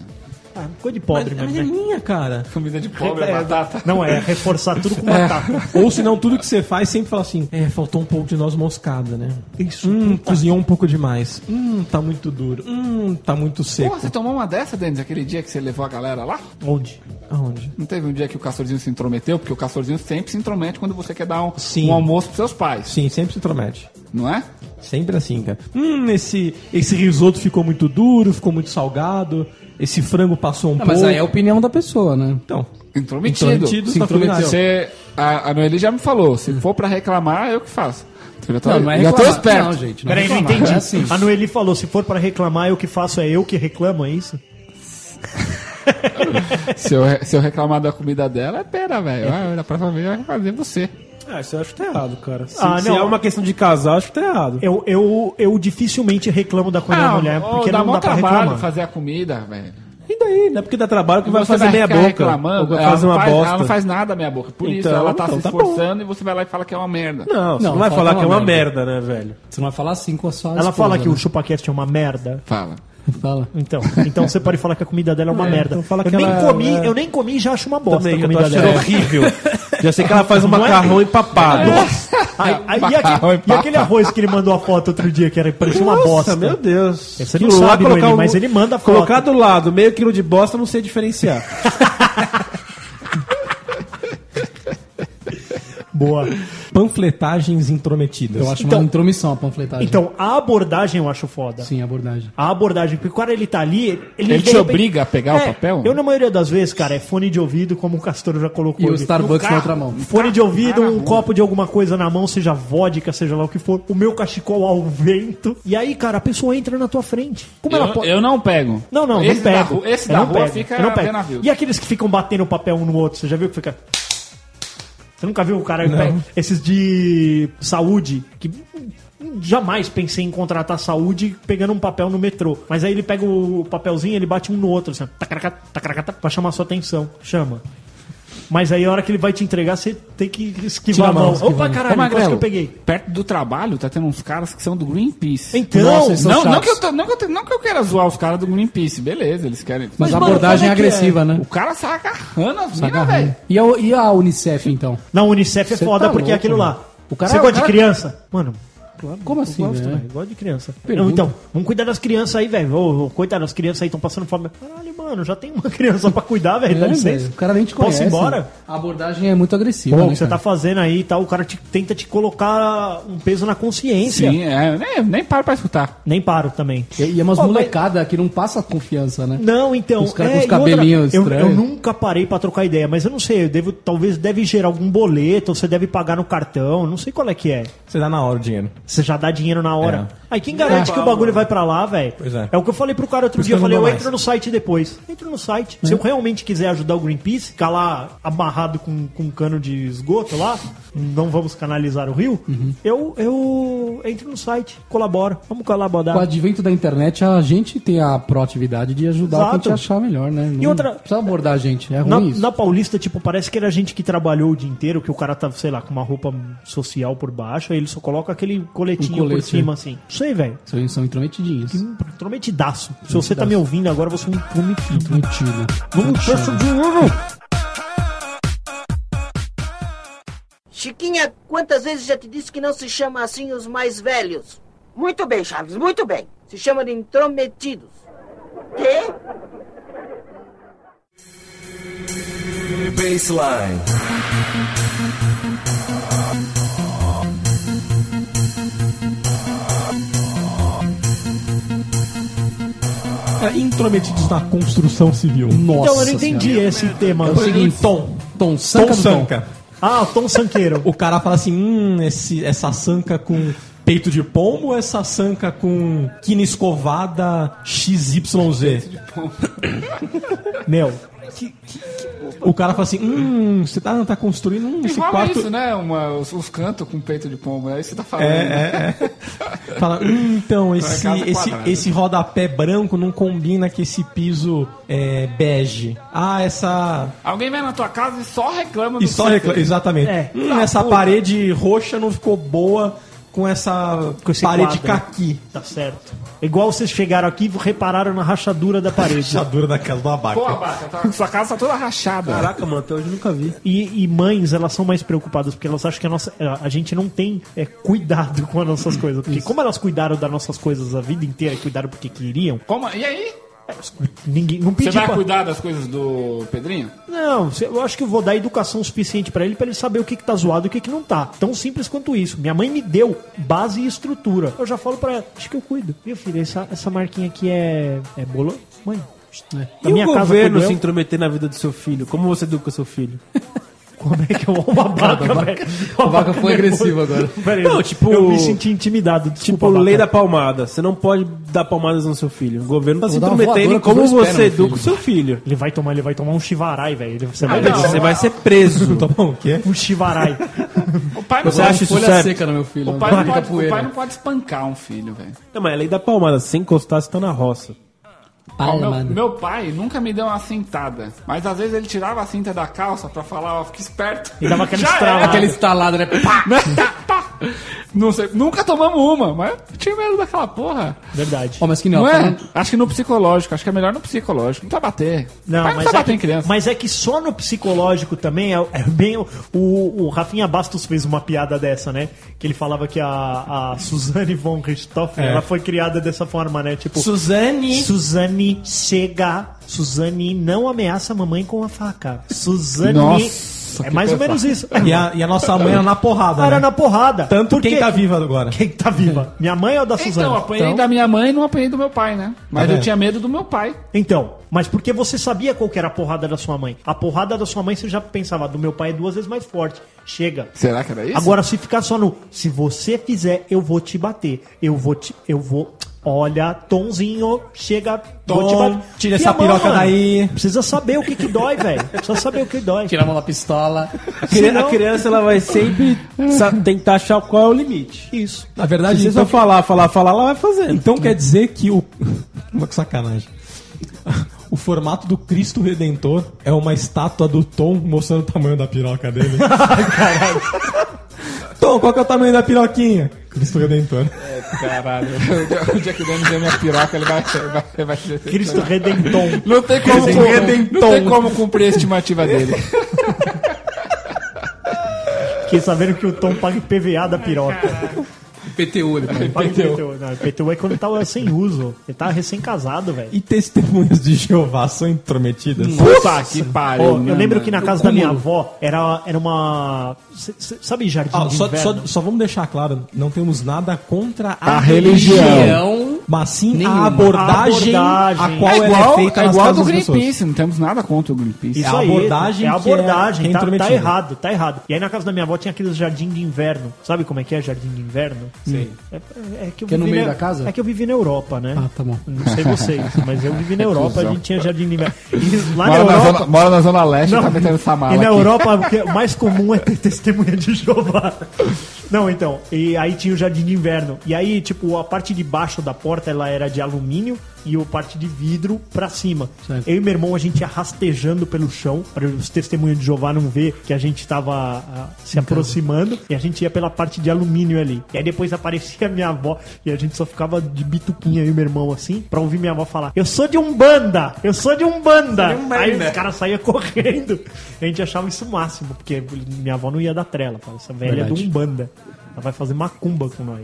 E: Ah, coisa de
C: Mas,
E: pobre
C: mas é
E: mesmo, né?
C: minha, cara.
D: Comida de pobre é
E: É,
D: batata.
E: Não, é reforçar tudo com batata.
C: Ou senão tudo que você faz sempre fala assim, é, faltou um pouco de noz moscada, né?
E: Isso.
C: Hum, cozinhou um pouco demais. Hum, tá muito duro. Hum, tá muito
D: Pô,
C: seco.
D: você tomou uma dessa, Denis, aquele dia que você levou a galera lá?
E: Onde?
C: Aonde?
D: Não teve um dia que o Castorzinho se intrometeu? Porque o Castorzinho sempre se intromete quando você quer dar um,
C: Sim.
D: um almoço pros seus pais,
C: Sim, sempre se promete.
D: não é?
C: Sempre assim, cara. Hum, esse, esse risoto ficou muito duro, ficou muito salgado. Esse frango passou um
F: Não,
C: pouco.
F: mas aí é a opinião da pessoa, né?
C: Então,
D: Intrometido.
C: Intrometido
D: se
C: na
D: intrometeu.
C: culinária.
D: Você, a, a Noeli já me falou, se for pra reclamar, é eu que faço. Eu já tô,
F: Não, não é
D: eu já tô
F: reclamar.
D: esperto.
F: Não, gente. Não
E: Peraí, não
F: reclamar.
E: entendi.
F: É assim.
E: A Noeli falou: se for pra reclamar, eu que faço, é eu que reclamo, é isso?
D: Se eu, re- se eu reclamar da comida dela, é pera, velho. Ah, Na próxima vez vai fazer você.
H: Ah, isso eu acho que tá errado, cara. Se,
E: Ah,
H: se
E: não.
H: é uma questão de casal, acho que tá errado.
E: Eu, eu, eu dificilmente reclamo da comida da mulher,
D: Ah, ô,
E: porque
D: dá
E: não
D: mó
E: dá pra
D: trabalho
E: reclamar.
D: fazer a comida, velho.
H: E daí? Não é porque dá trabalho que vai
D: Você
H: fazer meia
D: ficar
H: boca. Ou
D: Reclamando,
H: vai
D: ela,
H: fazer
D: não
H: uma
D: faz,
H: bosta.
D: ela não faz nada meia boca. Por isso,
H: Então,
D: ela tá
H: então,
D: se
H: tá bom.
D: esforçando e você vai lá e fala que é uma merda.
H: Não, você
F: Não,
H: não vai
F: fala
H: falar
F: que
H: que é uma merda, né, velho?
F: Você não vai falar assim com a sua
E: Ela
F: esposa,
E: fala que
F: né?
E: o ChupaCast é uma merda.
D: Fala.
F: Fala.
E: Então, então você pode falar que a comida dela é uma merda.
H: então fala
E: eu,
H: que
E: nem
H: ela-
E: comi,
H: ela-
E: eu nem comi e já acho uma bosta
H: Também,
E: a
H: eu tô
E: comida
H: achando
E: dela.
H: horrível. Já sei que ela faz um
C: é
H: macarrão empapado.
E: Aí- aí- e,
D: Macarrão e
E: aquele, e
D: papa.
E: aquele arroz que ele mandou a foto outro dia, que era parecia uma bosta.
H: meu Deus.
E: Você não sabe, Noeli, mas ele manda a foto.
H: um Colocar do lado meio quilo de bosta, eu não sei diferenciar.
E: Boa.
C: panfletagens intrometidas.
F: Eu acho
E: Então-
F: uma intromissão a panfletagem.
E: Então, a abordagem eu acho foda.
F: Sim, a abordagem.
E: A abordagem, porque o cara ele tá ali. Ele,
D: Ele
E: de
D: te obriga a pegar o
E: É,
D: papel?
E: Eu, na maioria das vezes, cara, é fone de ouvido, como o Castor já colocou.
F: E o
E: ali.
F: Starbucks
D: carro.
F: na outra mão.
E: Fone de ouvido, um copo de alguma coisa na mão, seja vodka, seja lá o que for, o meu cachecol ao vento. E aí, cara, a pessoa entra na tua frente. Como ela
D: Eu,
E: pode.
D: eu não pego.
E: Não, não,
D: esse
E: não pego.
D: Da rua, esse
E: Eu
D: da
E: não
D: rua
E: pego,
D: fica
E: eu não pego.
D: pé na viu.
E: E aqueles que ficam batendo papel um no outro, você já viu que fica. Você nunca viu o cara. Esses de saúde, que jamais pensei em contratar saúde pegando um papel no metrô. Mas aí ele pega o papelzinho ele bate um no outro, assim, ó, tacaracá, tacaracá, tac, pra chamar sua atenção. Chama. Mas aí a hora que ele vai te entregar, você tem que
C: Tira
E: esquivar a
C: a mão,
E: mão.
C: esquiva
E: Opa,
C: a mão.
E: caralho,
D: Ô,
E: quase
D: Magrelo,
E: que eu peguei.
D: perto do trabalho tá tendo uns caras que são do Greenpeace.
E: Então,
F: Nossa, eles são
D: Não, não
F: chatos.
D: que, eu tô- não, que eu, te- não que eu queira zoar os caras do Greenpeace, beleza, eles querem.
F: Mas, a
E: mano,
F: abordagem é
E: como é que é,
F: agressiva, né?
D: O cara sai agarrando as
F: Tá
D: minas,
F: agarrando.
D: velho.
F: E a, e a Unicef, então?
E: Na Unicef é
F: Cê
E: foda
F: tá
E: porque é
F: louco,
E: aquilo
F: mano.
E: lá.
F: O cara-
E: você
F: o
E: gosta
F: cara-
E: de criança? Mano, claro.
F: Como assim,
E: Eu gosto,
F: velho?
E: velho. Gosto de criança.
F: Pergunta.
E: Não, então, vamos cuidar das crianças aí, velho. Ô, ô, Coitado, as crianças aí estão passando fome. Caralho, mano, já tem uma criança pra cuidar, velho. Dá
F: É,
E: licença.
F: velho, o cara nem te conhece.
E: Posso ir embora?
F: A abordagem é muito agressiva,
E: Pô, o
F: né,
E: que você tá
F: cara?
E: fazendo aí e tal, o cara te- tenta te colocar um peso na consciência.
D: Sim, é, nem, nem paro pra escutar.
E: Nem paro também.
F: E, e é umas
E: Pô, mas-
F: molecadas que não passa confiança, né?
E: Não, então.
F: Os caras com os
E: e outra,
F: cabelinhos
E: eu,
F: estranhos.
E: eu nunca parei pra trocar ideia, mas eu não sei, eu devo, talvez deve gerar algum boleto, ou você deve pagar no cartão, não sei qual é que é.
C: Você dá na hora o dinheiro.
E: Você já dá dinheiro na hora. Aí quem garante
D: É.
E: que o bagulho vai pra lá, velho?
C: Pois é.
E: o que eu falei pro cara outro
C: Por isso
E: dia, eu
C: que eu não
E: falei, eu
C: dou
E: entro
C: mais. É.
E: no site depois. Entro no site. Se eu realmente quiser ajudar o Greenpeace, ficar lá amarrado com, com um cano de esgoto lá, não vamos canalizar o rio,
C: Uhum.
E: eu, eu entro no site, colaboro. Vamos colaborar.
F: Com o advento da internet, a gente tem a proatividade de ajudar o que a gente
E: Exato.
F: achar melhor, né? Não
E: E outra-
F: precisa abordar a gente, é ruim
E: Na,
F: isso.
E: na Paulista, tipo, parece que era gente que trabalhou o dia inteiro, que o cara tava, sei lá, com uma roupa social por baixo, aí ele só coloca aquele coletinho
F: Um colete,
E: por
C: é.
E: cima, assim. Não sei, velho.
F: Vocês são intrometidos.
E: Intrometidaço. Se você tá me ouvindo agora, você é um intrometido.
F: Intrometido.
E: Vamos ter seu
C: um
E: dinheiro!
I: Chiquinha, quantas vezes já te disse que não se chama assim os mais velhos? Muito bem, Chaves, muito bem. Se chama de intrometidos. Quê?
J: Baseline.
C: É, intrometidos na construção civil.
F: Nossa
E: Então, eu não entendi
F: Senhora.
E: esse tema.
F: É o seguinte,
C: Tom.
F: Tom Sanca
C: Tom
F: do Tom.
C: Sanca.
E: Ah, o Tom Sanqueiro.
C: O cara fala assim, hum, esse- essa sanca com peito de pombo ou essa sanca com quina escovada XYZ?
E: Meu,
C: O cara fala assim, hum, você tá, tá construindo hum, esse
D: Igual
C: quarto...
D: isso, né? Uma, os, os cantos com peito de pombo, é isso que tá falando.
C: É, é, é. Fala, hum, então, esse,
D: casa
C: esse,
D: quadrada.
C: esse rodapé branco não combina com esse piso é, bege. Ah, essa...
D: Alguém vai na tua casa e só reclama
C: E
D: do
C: só
D: que você
C: reclama.
D: fez.
C: Exatamente.
E: É.
C: Hum, essa parede roxa não ficou boa com essa
E: Com esse
C: parede
E: quadro.
C: caqui.
E: tá certo. Igual vocês chegaram aqui e repararam na rachadura da parede.
C: Fechadura da casa do abaca.
D: Pô, Baca, tá- sua casa tá toda rachada.
H: Caraca, mano, até hoje eu nunca vi.
E: E, e mães, elas são mais preocupadas porque elas acham que a, nossa, é, a- a gente não tem é, cuidado com as nossas coisas. Porque como elas cuidaram das nossas coisas a vida inteira e cuidaram porque queriam,
D: Como- E aí?
E: ninguém não
D: Você
E: pediu
D: vai
E: pra...
D: cuidar das coisas do Pedrinho?
E: Não, se- eu acho que eu vou dar educação suficiente pra ele pra ele saber o que, que tá zoado e o que, que não tá. Tão simples quanto isso. Minha mãe me deu base e estrutura. Eu já falo pra ela, acho que eu cuido. Meu filho, essa, essa marquinha aqui é. é bolo? Mãe.
H: É. E o governo
E: cuido
H: se
E: eu.
H: intrometer na vida do seu filho? Como você educa seu filho?
E: Como é que eu vou uma vaca, velho? Uma
F: Vaca foi agressiva agora.
E: Peraí,
H: Não, tipo-
E: Eu me senti intimidado. Desculpa,
H: Tipo, lei
E: Abaca.
H: da palmada. Você não pode dar palmadas no seu filho. O governo tá se
F: Vou dar uma
H: intrometendo em
F: voadora com
H: como
F: os dois pés
H: você
F: no meu
H: educa o seu filho.
E: Ele vai tomar, ele vai tomar um chivarai, velho. Ele- Você vai
H: Aí
E: ver
D: não.
H: Você vai ser preso.
C: Ah, Tá bom, o quê?
E: um chivarai.
D: O pai não
H: Você
D: pode-
H: acha isso
F: é Folha
H: certo?
F: seca no meu filho.
D: o pai não
F: Muita
D: pode, o
F: poeira.
D: pai não pode espancar um filho, velho.
H: Não, mas é lei da palmada. Se você encostar, você tá na roça.
F: Para,
D: Ó, meu,
F: mano.
D: meu pai nunca me deu uma cintada, mas às vezes ele tirava a cinta da calça pra falar, ó, fica esperto.
E: E dava aquela
D: Já
E: estralada.
D: era.
F: Aquele estalado, né? Pá!
D: Tá, tá. Não sei, nunca tomamos uma, mas eu tinha medo daquela porra.
E: Verdade.
F: Ó, mas que não,
D: Não, é?
F: falando-
D: Acho que no psicológico, acho que é melhor no psicológico. Não tá bater.
E: Não,
D: Pai não
E: mas,
D: tá
E: é
D: bater
E: que,
D: em criança.
E: mas é que só no psicológico também é, é bem. O, o Rafinha Bastos fez uma piada dessa, né? Que ele falava que a, a Suzane von Richthofen ela foi criada dessa forma, né? Tipo,
C: Suzane.
E: Suzane chega. Suzane não ameaça a mamãe com a faca. Suzane.
D: Nossa,
E: é
D: que
E: mais ou
D: pesado.
E: menos isso.
C: E a, e a nossa mãe era na porrada.
E: Era
C: né?
E: na porrada.
C: Tanto
E: Por
C: quem
E: quê?
C: tá viva agora.
E: Quem tá viva? Minha mãe ou da Suzane?
D: Então, apanhei da minha mãe e não apanhei do meu pai, né? Mas eu
C: vendo?
D: tinha medo do meu pai.
E: Então, mas porque você sabia qual que era a porrada da sua mãe? A porrada da sua mãe você já pensava, do meu pai é duas vezes mais forte. Chega.
D: Será que era isso?
E: Agora, se ficar só no se você fizer, eu vou te bater. Eu vou te. Eu vou. Olha, Tonzinho, chega, vou te
C: Tom,
E: bater.
C: tira
E: E
C: essa
E: a mão,
C: piroca
E: mano?
C: daí.
E: Precisa saber o que, que dói, velho. Precisa saber o que dói.
F: Tirar a mão da pistola.
H: A cri-
E: Senão-
H: A criança ela vai sempre sa- tentar achar qual é o limite.
E: Isso.
C: Na
H: Se
C: verdade,
H: você
C: então,
H: só falar, falar, falar, ela vai fazendo.
C: então quer dizer que o. Olha que sacanagem. O formato do Cristo Redentor é uma estátua do Tom mostrando o tamanho da piroca dele. Caralho. Tom, qual que é o tamanho da piroquinha? Cristo Redentor.
D: Caralho. O Jack Dennis é minha piroca, ele vai. vai, vai,
E: Cristo Redentor.
D: Não tem como, não tem como cumprir a estimativa dele.
E: Fiquei sabendo que o Tom paga PVA da piroca.
F: PTU, ele falou.
E: Paga IPTU. Não, IPTU é quando tá sem uso. Ele tá recém-casado, velho.
C: E testemunhas de Jeová são intrometidas?
E: Puta
D: que pariu,
E: Ó,
D: né,
E: eu lembro que na casa da minha
F: cúmulo.
E: avó era, era uma. c- c- Sabe jardim
C: Ah,
E: de
C: só, só-
E: inverno?
C: só vamos deixar claro, não temos nada contra a,
D: A religião.
F: Leão.
C: mas sim a
F: Nenhuma.
C: abordagem,
E: A
C: a
E: abordagem.
C: qual
D: é
C: ela é
D: igual,
C: feita
D: é
C: nas
D: igual
C: casas
D: do
C: das pessoas.
D: Greenpeace, não temos nada contra o Greenpeace.
E: Isso
C: É a
E: aí,
C: abordagem
E: é a
C: que é-
E: abordagem,
C: que é
E: tá- tá,
C: intrometida.
E: errado, tá errado. E aí na casa da minha avó tinha aqueles jardim de inverno. Sabe como é que é jardim de inverno? Sim. É, é que eu
F: Que é no
E: vivi
F: meio
E: na-
F: da casa?
E: É que eu vivi na Europa, né?
F: Ah, tá bom.
E: Não sei vocês, mas eu vivi na Europa, a gente tinha jardim de inverno. E lá na
D: É Mora, na
E: Europa,
D: zona, mora na Zona Leste,
E: Não.
D: tá metendo essa mala.
E: E na
D: aqui.
E: Europa, o que é mais comum é ter testemunha de Jeová. Não, então, e aí tinha o jardim de inverno. E aí, tipo, a parte de baixo da porta ela era de alumínio e a parte de vidro pra cima.
F: Certo.
E: Eu e meu irmão, a gente ia rastejando pelo chão, pra os testemunhas de Jeová não ver que a gente tava ah, se aproximando. E a gente ia pela parte de alumínio ali. E aí depois aparecia a minha avó e a gente só ficava de bituquinha eu e meu irmão assim, pra ouvir minha avó falar: Eu sou de Umbanda! Eu sou de Umbanda! Aí os caras saíam correndo. A gente achava isso o máximo, porque minha avó não ia dar trela. Falava, Essa velha é
F: Verdade.
E: do Umbanda. Ela vai fazer macumba com nós.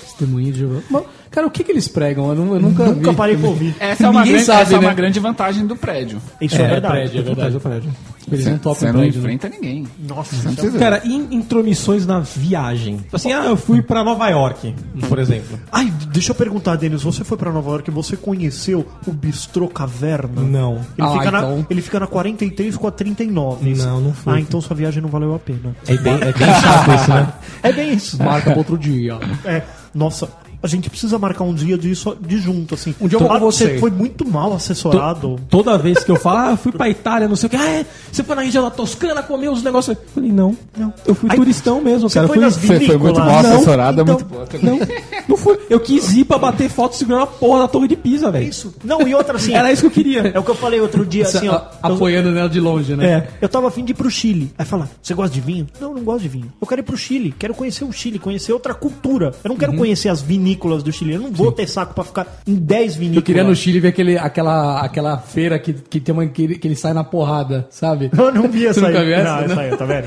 F: Testemunha de Jeová. Mas, Cara, o que que eles pregam? Eu, nu- eu nunca
E: Nunca
F: vi.
E: parei pra ouvir.
D: Essa, é uma,
F: Ninguém
D: grande,
F: sabe,
D: essa é uma
F: né?
D: grande vantagem do prédio.
E: Isso é, verdade.
C: Prédio, é verdade, é prédio.
F: Eles não
D: Você um
F: topam
D: não
F: prédio, né?
D: enfrenta ninguém.
E: Nossa,
D: Não
E: isso é-
D: precisa.
C: Cara, in- intromissões na viagem. Assim, ah, eu fui pra Nova York, por exemplo.
E: Ai, deixa eu perguntar, Denis, você foi pra Nova York e você conheceu o Bistrô Caverna?
C: Não.
E: Ele,
F: Ah,
E: fica, na,
F: então.
E: ele fica na 43 com a 39.
C: Não, não fui.
E: Ah, então sua viagem não valeu a pena.
C: É bem, é bem chato isso, né?
E: É bem isso.
F: Marca pra outro dia.
E: É, nossa, a gente precisa marcar um dia disso de junto, assim.
F: Um dia eu vou
E: Claro
F: com
E: que
F: você.
E: foi muito mal assessorado.
C: Toda vez que eu falo, ah, eu fui pra Itália, não sei o que, ah, é, você foi na região da Toscana, comeu os negócios. Eu falei, não, não. Eu fui
E: Aí,
C: turistão mesmo, cara. Eu
E: foi
C: fui,
E: nas
D: Você foi muito
E: Vinícola.
D: mal
E: Não, Então,
D: assessorado, é muito boa também.
C: Não, não fui. Eu quis ir pra bater foto segurando a porra da torre de Pisa, velho.
E: É Isso. Não, e outra assim.
C: Era isso que eu queria.
E: É o que eu falei outro dia, assim, ó.
F: A- Apoiando nela de longe, né?
C: É.
E: Eu tava afim de ir pro Chile. Aí falar, você gosta de vinho? Não, não gosto de vinho. Eu quero ir pro Chile, quero conhecer o Chile, conhecer outra cultura. Eu não quero
F: Uhum.
E: conhecer as vinícolas do Chile. Eu não vou ter saco pra ficar em 10 vinícolas.
F: Eu queria no Chile ver aquele, aquela, aquela feira que, que tem uma que ele, que ele sai na porrada, sabe?
E: Eu não vi essa
F: Você nunca
E: aí.
F: viu essa?
E: não,
F: Não.
E: essa aí, tá vendo?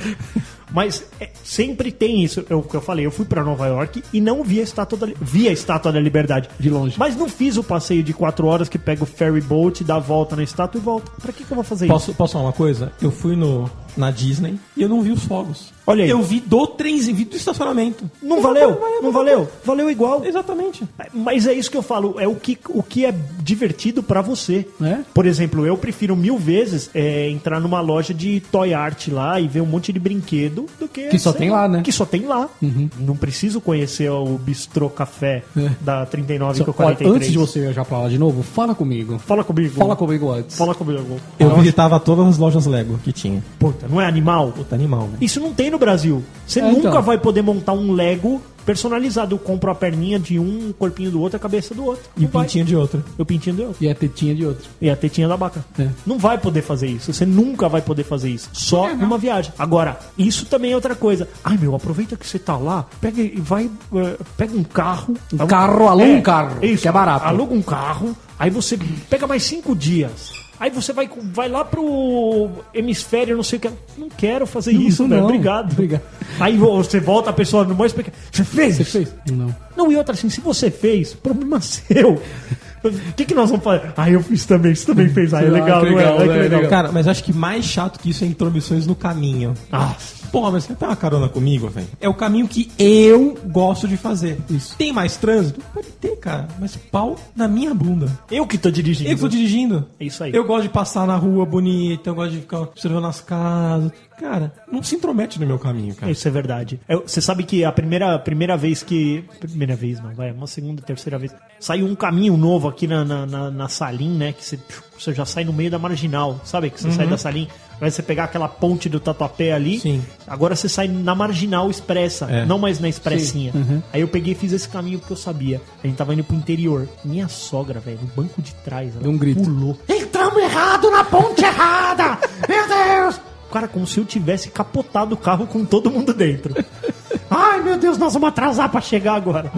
E: Mas é, sempre tem isso. É o que eu falei, eu fui pra Nova York e não vi a estátua da, Li- vi a estátua da Liberdade
F: De longe.
E: Mas não fiz o passeio de 4 horas que pega o ferry boat, dá a volta na estátua e volta. Pra que que eu vou fazer isso?
C: Posso, posso falar uma coisa? Eu fui no, na Disney e eu não vi os fogos.
E: Olha aí.
C: Eu vi do trenzinho, vi do estacionamento.
E: Não
C: Eu
E: valeu,
C: valeu,
E: não valeu, valeu igual.
C: Exatamente.
E: Mas é isso que eu falo, é o que, o que é divertido pra você. né?
F: É.
E: Por exemplo, eu prefiro mil vezes é, entrar numa loja de toy art lá e ver um monte de brinquedo do que.
F: Que só
E: sei
F: tem lá, né? Uhum.
E: Que só tem lá. Não preciso conhecer o bistrô café da 39 com
F: É. Olha,
E: 43.
F: antes de você viajar pra lá de novo, fala comigo.
E: Fala comigo.
F: Fala comigo antes. tá?
E: Fala comigo.
C: Eu visitava todas as lojas Lego que tinha.
E: Puta, não é animal?
C: Puta animal, velho.
E: Isso não tem no Brasil. Você
F: né? É,
E: nunca
F: então.
E: vai poder montar um Lego personalizado. Eu compro a perninha de um, o corpinho do outro, a cabeça do outro.
C: E
E: Não vai.
C: pintinho de outra.
E: E o pintinho do outro.
F: E a tetinha de outro.
E: E a tetinha da vaca.
F: É.
E: Não vai poder fazer isso. Você nunca vai poder fazer isso. Só numa viagem. Agora, isso também é outra coisa. Ai, meu, aproveita que você tá lá, pega e vai. eh, pega um carro.
F: Um carro, aluga um carro, que é barato.
E: Aluga um carro, aí você pega mais cinco dias. Aí você vai, com- vai lá pro hemisfério, não sei o que. Não quero fazer isso,
F: não.
E: velho. Obrigado.
F: Obrigado.
E: Aí vo- você volta a pessoa no mais Você fez?
F: Você fez? Não.
E: Não, e outra assim, se você fez, problema seu. O que, que nós vamos fazer? Ah, eu fiz também, você também fez. Ah, é
F: Ah,
E: legal,
F: que
E: não é?
F: legal,
E: Ah, que
F: né?
E: legal.
F: Legal.
C: Cara, mas acho que mais chato que isso é intromissões no caminho.
E: Ah,
C: Porra, mas você tem uma carona comigo, velho? É o caminho que eu gosto de fazer. Isso. Tem mais trânsito? Pode ter, cara. Mas pau na minha bunda.
E: eu que tô dirigindo.
C: Eu que tô dirigindo.
E: É isso aí.
C: Eu gosto de passar na rua bonita, eu gosto de ficar observando as casas. Cara, não se intromete no meu caminho, cara.
E: Isso é verdade. Eu- Você sabe que a primeira, primeira vez que. Primeira vez, não, vai. Uma segunda, terceira vez. Saiu um caminho novo aqui na, na, na, na Salim, né? Que você, você já sai no meio da marginal, sabe? Que você sai da Salim. Mas você pegar aquela ponte do Tatuapé ali,
C: Uhum. Sim.
E: agora você sai na marginal expressa,
C: É. Uhum.
E: não mais na expressinha. Aí eu peguei e fiz esse caminho porque eu sabia. A gente tava indo pro interior. Minha sogra, velho, no banco de trás, ela
F: Deu um grito.
E: pulou. Entramos errado na ponte errada! Meu Deus! Cara, como se eu tivesse capotado o carro com todo mundo dentro. Ai, meu Deus, nós vamos atrasar pra chegar agora.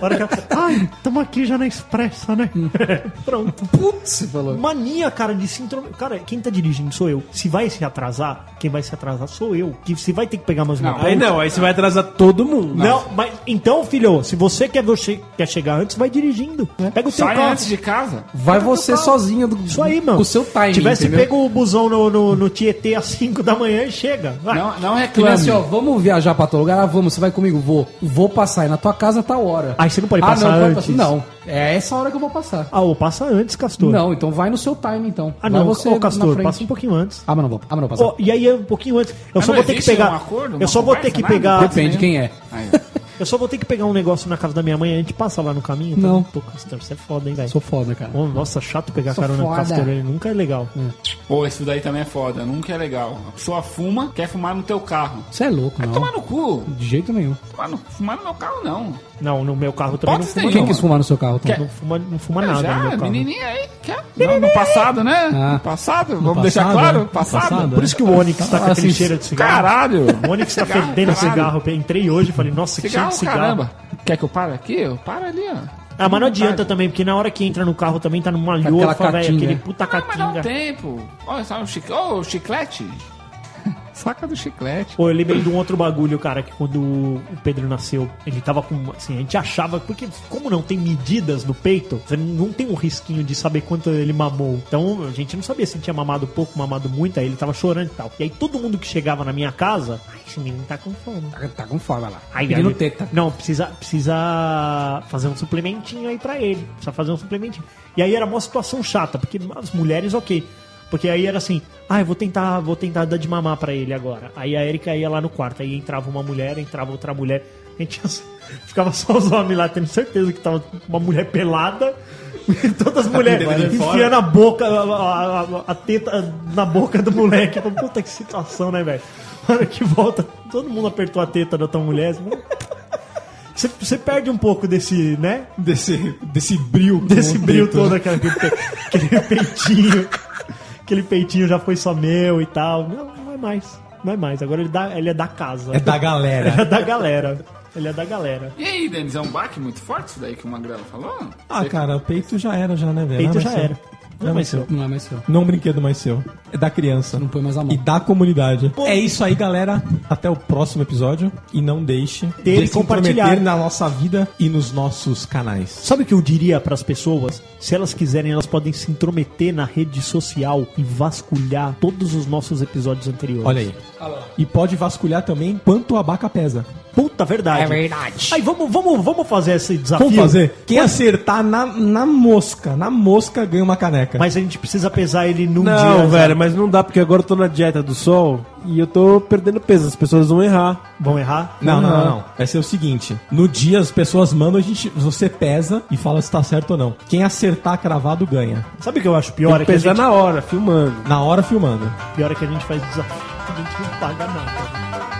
E: A hora que ela- Ai, estamos aqui já na expressa, né? Pronto.
F: Putz, você falou.
E: Mania, cara, de se intrometer. Cara, quem tá dirigindo sou eu. Se vai se atrasar, quem vai se atrasar sou eu. Que se vai ter que pegar mais uma
D: Não,
E: ponte-
H: Aí não, aí você vai atrasar todo mundo.
E: Não, mas então, filho, se você quer, você quer chegar antes, vai dirigindo. né? Pega o teu
D: Sai
E: carro.
D: antes de casa.
F: Vai você sozinho do,
E: Isso aí, mano.
F: com o seu timing,
E: Tivesse
F: entendeu?
E: pego o busão no, no, no Tietê às 5 da manhã e chega. Vai.
D: Não, não
F: Clame.
D: reclame.
F: Assim, ó, vamos viajar pra teu lugar? Ah, vamos, você vai comigo? Vou. Vou passar aí na tua casa tá a tal hora.
E: Ah, você não pode passar
F: não, pode
E: antes?
F: passar- não, é essa hora que eu vou passar.
E: Ah, ô, passa antes, Castor.
F: Não, então vai no seu time, então.
E: Ah,
F: vai
E: não,
F: você
E: ô,
F: na
E: Castor,
F: frente.
E: passa um pouquinho antes.
F: Ah, mas não vou. Ah, mas não vou
E: Ó,
F: passar.
E: e aí, um pouquinho antes. Eu
D: Mas
E: só
D: não
E: vou ter que
D: existe
E: pegar.
D: um acordo, uma
E: eu só vou ter
D: conversa,
E: que
D: nada?
E: pegar.
F: Depende de quem é.
D: Aí,
E: Eu só vou ter que pegar um negócio na casa da minha mãe. A gente passa lá no caminho? tá?
F: Não.
E: Pô, Castor, você é foda, hein, velho?
F: Sou foda, cara.
E: Ô, Nossa, chato pegar
F: Sou
E: carona com
F: foda. Hum.
E: Castor. Ele nunca é legal.
D: Pô, isso daí também é foda, nunca é legal. A pessoa fuma, quer fumar no teu carro.
F: Você é louco,
D: Vai tomar
F: não.
D: no cu.
F: De jeito nenhum.
D: Tomar no- fumar no meu carro, não.
E: Não, no meu carro também não
D: Hipótese
E: fuma,
F: Quem
D: nenhuma.
F: quis fumar no seu carro, Tom?
D: Quer-
E: não fuma, não fuma
D: Eu
E: nada
D: já,
E: no meu carro.
D: menininha aí, quer? Não, no passado, né?
F: Ah.
D: No passado, vamos
C: passado,
D: deixar claro,
C: né?
D: no passado.
C: Passado,
E: Por isso que o Onix tá com aquele
F: assim,
E: cheiro de cigarro.
D: Caralho!
E: O Onix tá
D: Cigarro,
E: fedendo
D: caralho.
E: cigarro. Eu Entrei hoje e falei, nossa, que cheiro
D: Cigarro,
E: de cigarro.
D: caramba. Quer que eu pare aqui? Eu paro ali, ó.
E: Ah, mas não adianta também, porque na hora que entra no carro também tá numa lhofa, velho.
F: caatinga.
E: Aquele puta
D: Não, mas dá um
E: catinga.
D: tempo. Olha, sabe o chic... Ô, o chiclete? Saca do chiclete.
E: Pô, eu lembrei de um outro bagulho, cara, que quando o Pedro nasceu, ele tava com. Assim, a gente achava. Porque, como não tem medidas no peito, você não tem um risquinho de saber quanto ele mamou. Então, a gente não sabia se tinha mamado pouco, mamado muito, aí ele tava chorando e tal. E aí todo mundo que chegava na minha casa, ai, esse menino tá com fome.
F: Tá, tá com fome, vai lá.
E: Aí,
F: Menino
E: aí,
F: teta.
E: Não, tá precisa, precisa fazer um suplementinho aí pra ele. Precisa fazer um suplementinho. E aí era uma situação chata, porque as mulheres, ok. Porque aí era assim, ah, eu vou tentar, vou tentar dar de mamar pra ele agora. Aí a Erika ia lá no quarto, aí entrava uma mulher, entrava outra mulher. A gente ficava só os homens lá, tendo certeza que tava uma mulher pelada. E todas as mulheres enfiando a boca, a, a- a- a teta na boca do moleque. Puta que situação, né, velho? Na hora que volta, todo mundo apertou a teta da tua mulher. assim, você, você perde um pouco desse, né?
H: Desse, desse brilho.
E: Desse brilho todo, aquele, aquele peitinho. Aquele peitinho já foi só meu e tal. Não, não é mais. Não é mais. Agora ele, dá, ele é da casa.
C: É da galera.
E: Ele é da galera. Ele é da galera.
D: E aí, Denis, é um baque muito forte isso daí que o Magrela falou?
C: Ah, cara, peito já era, já, né, velho?
E: Peito
C: Não é
E: já
C: mais seu.
E: era.
C: Não é mais seu.
F: Não é mais seu.
C: Não é um brinquedo mais seu. É da criança.
F: Não põe mais a mão.
C: E da comunidade. É isso aí, galera. Até o próximo episódio. E não deixe
E: Ter e
C: se
E: compartilhar.
C: intrometer na nossa vida e nos nossos canais.
E: Sabe o que eu diria para as pessoas? Se elas quiserem, elas podem se intrometer na rede social e vasculhar todos os nossos episódios anteriores.
C: Olha aí. E pode vasculhar também quanto a abaca pesa.
E: Puta verdade.
F: É verdade.
E: Aí vamos, vamos, vamos fazer esse desafio.
C: Vamos fazer. Quem Tá acertar na, na mosca, na mosca ganha uma caneca. Um
E: Mas a gente precisa pesar ele num dia.
H: Não,
E: sabe?
H: velho, mas não dá, porque agora eu tô na dieta do sol e eu tô perdendo peso. As pessoas vão errar.
E: Vão errar?
C: Não, não,
H: Não.
C: não, não. Vai ser o seguinte: no dia as pessoas mandam, a gente, você pesa e fala se tá certo ou não. Quem acertar cravado ganha.
E: Sabe o que eu acho
H: Tem
E: pior?
H: que
E: É que, a
H: pesar
E: gente,
H: na hora, filmando.
C: Na hora filmando.
E: pior é que a gente faz desafio. A gente não paga nada.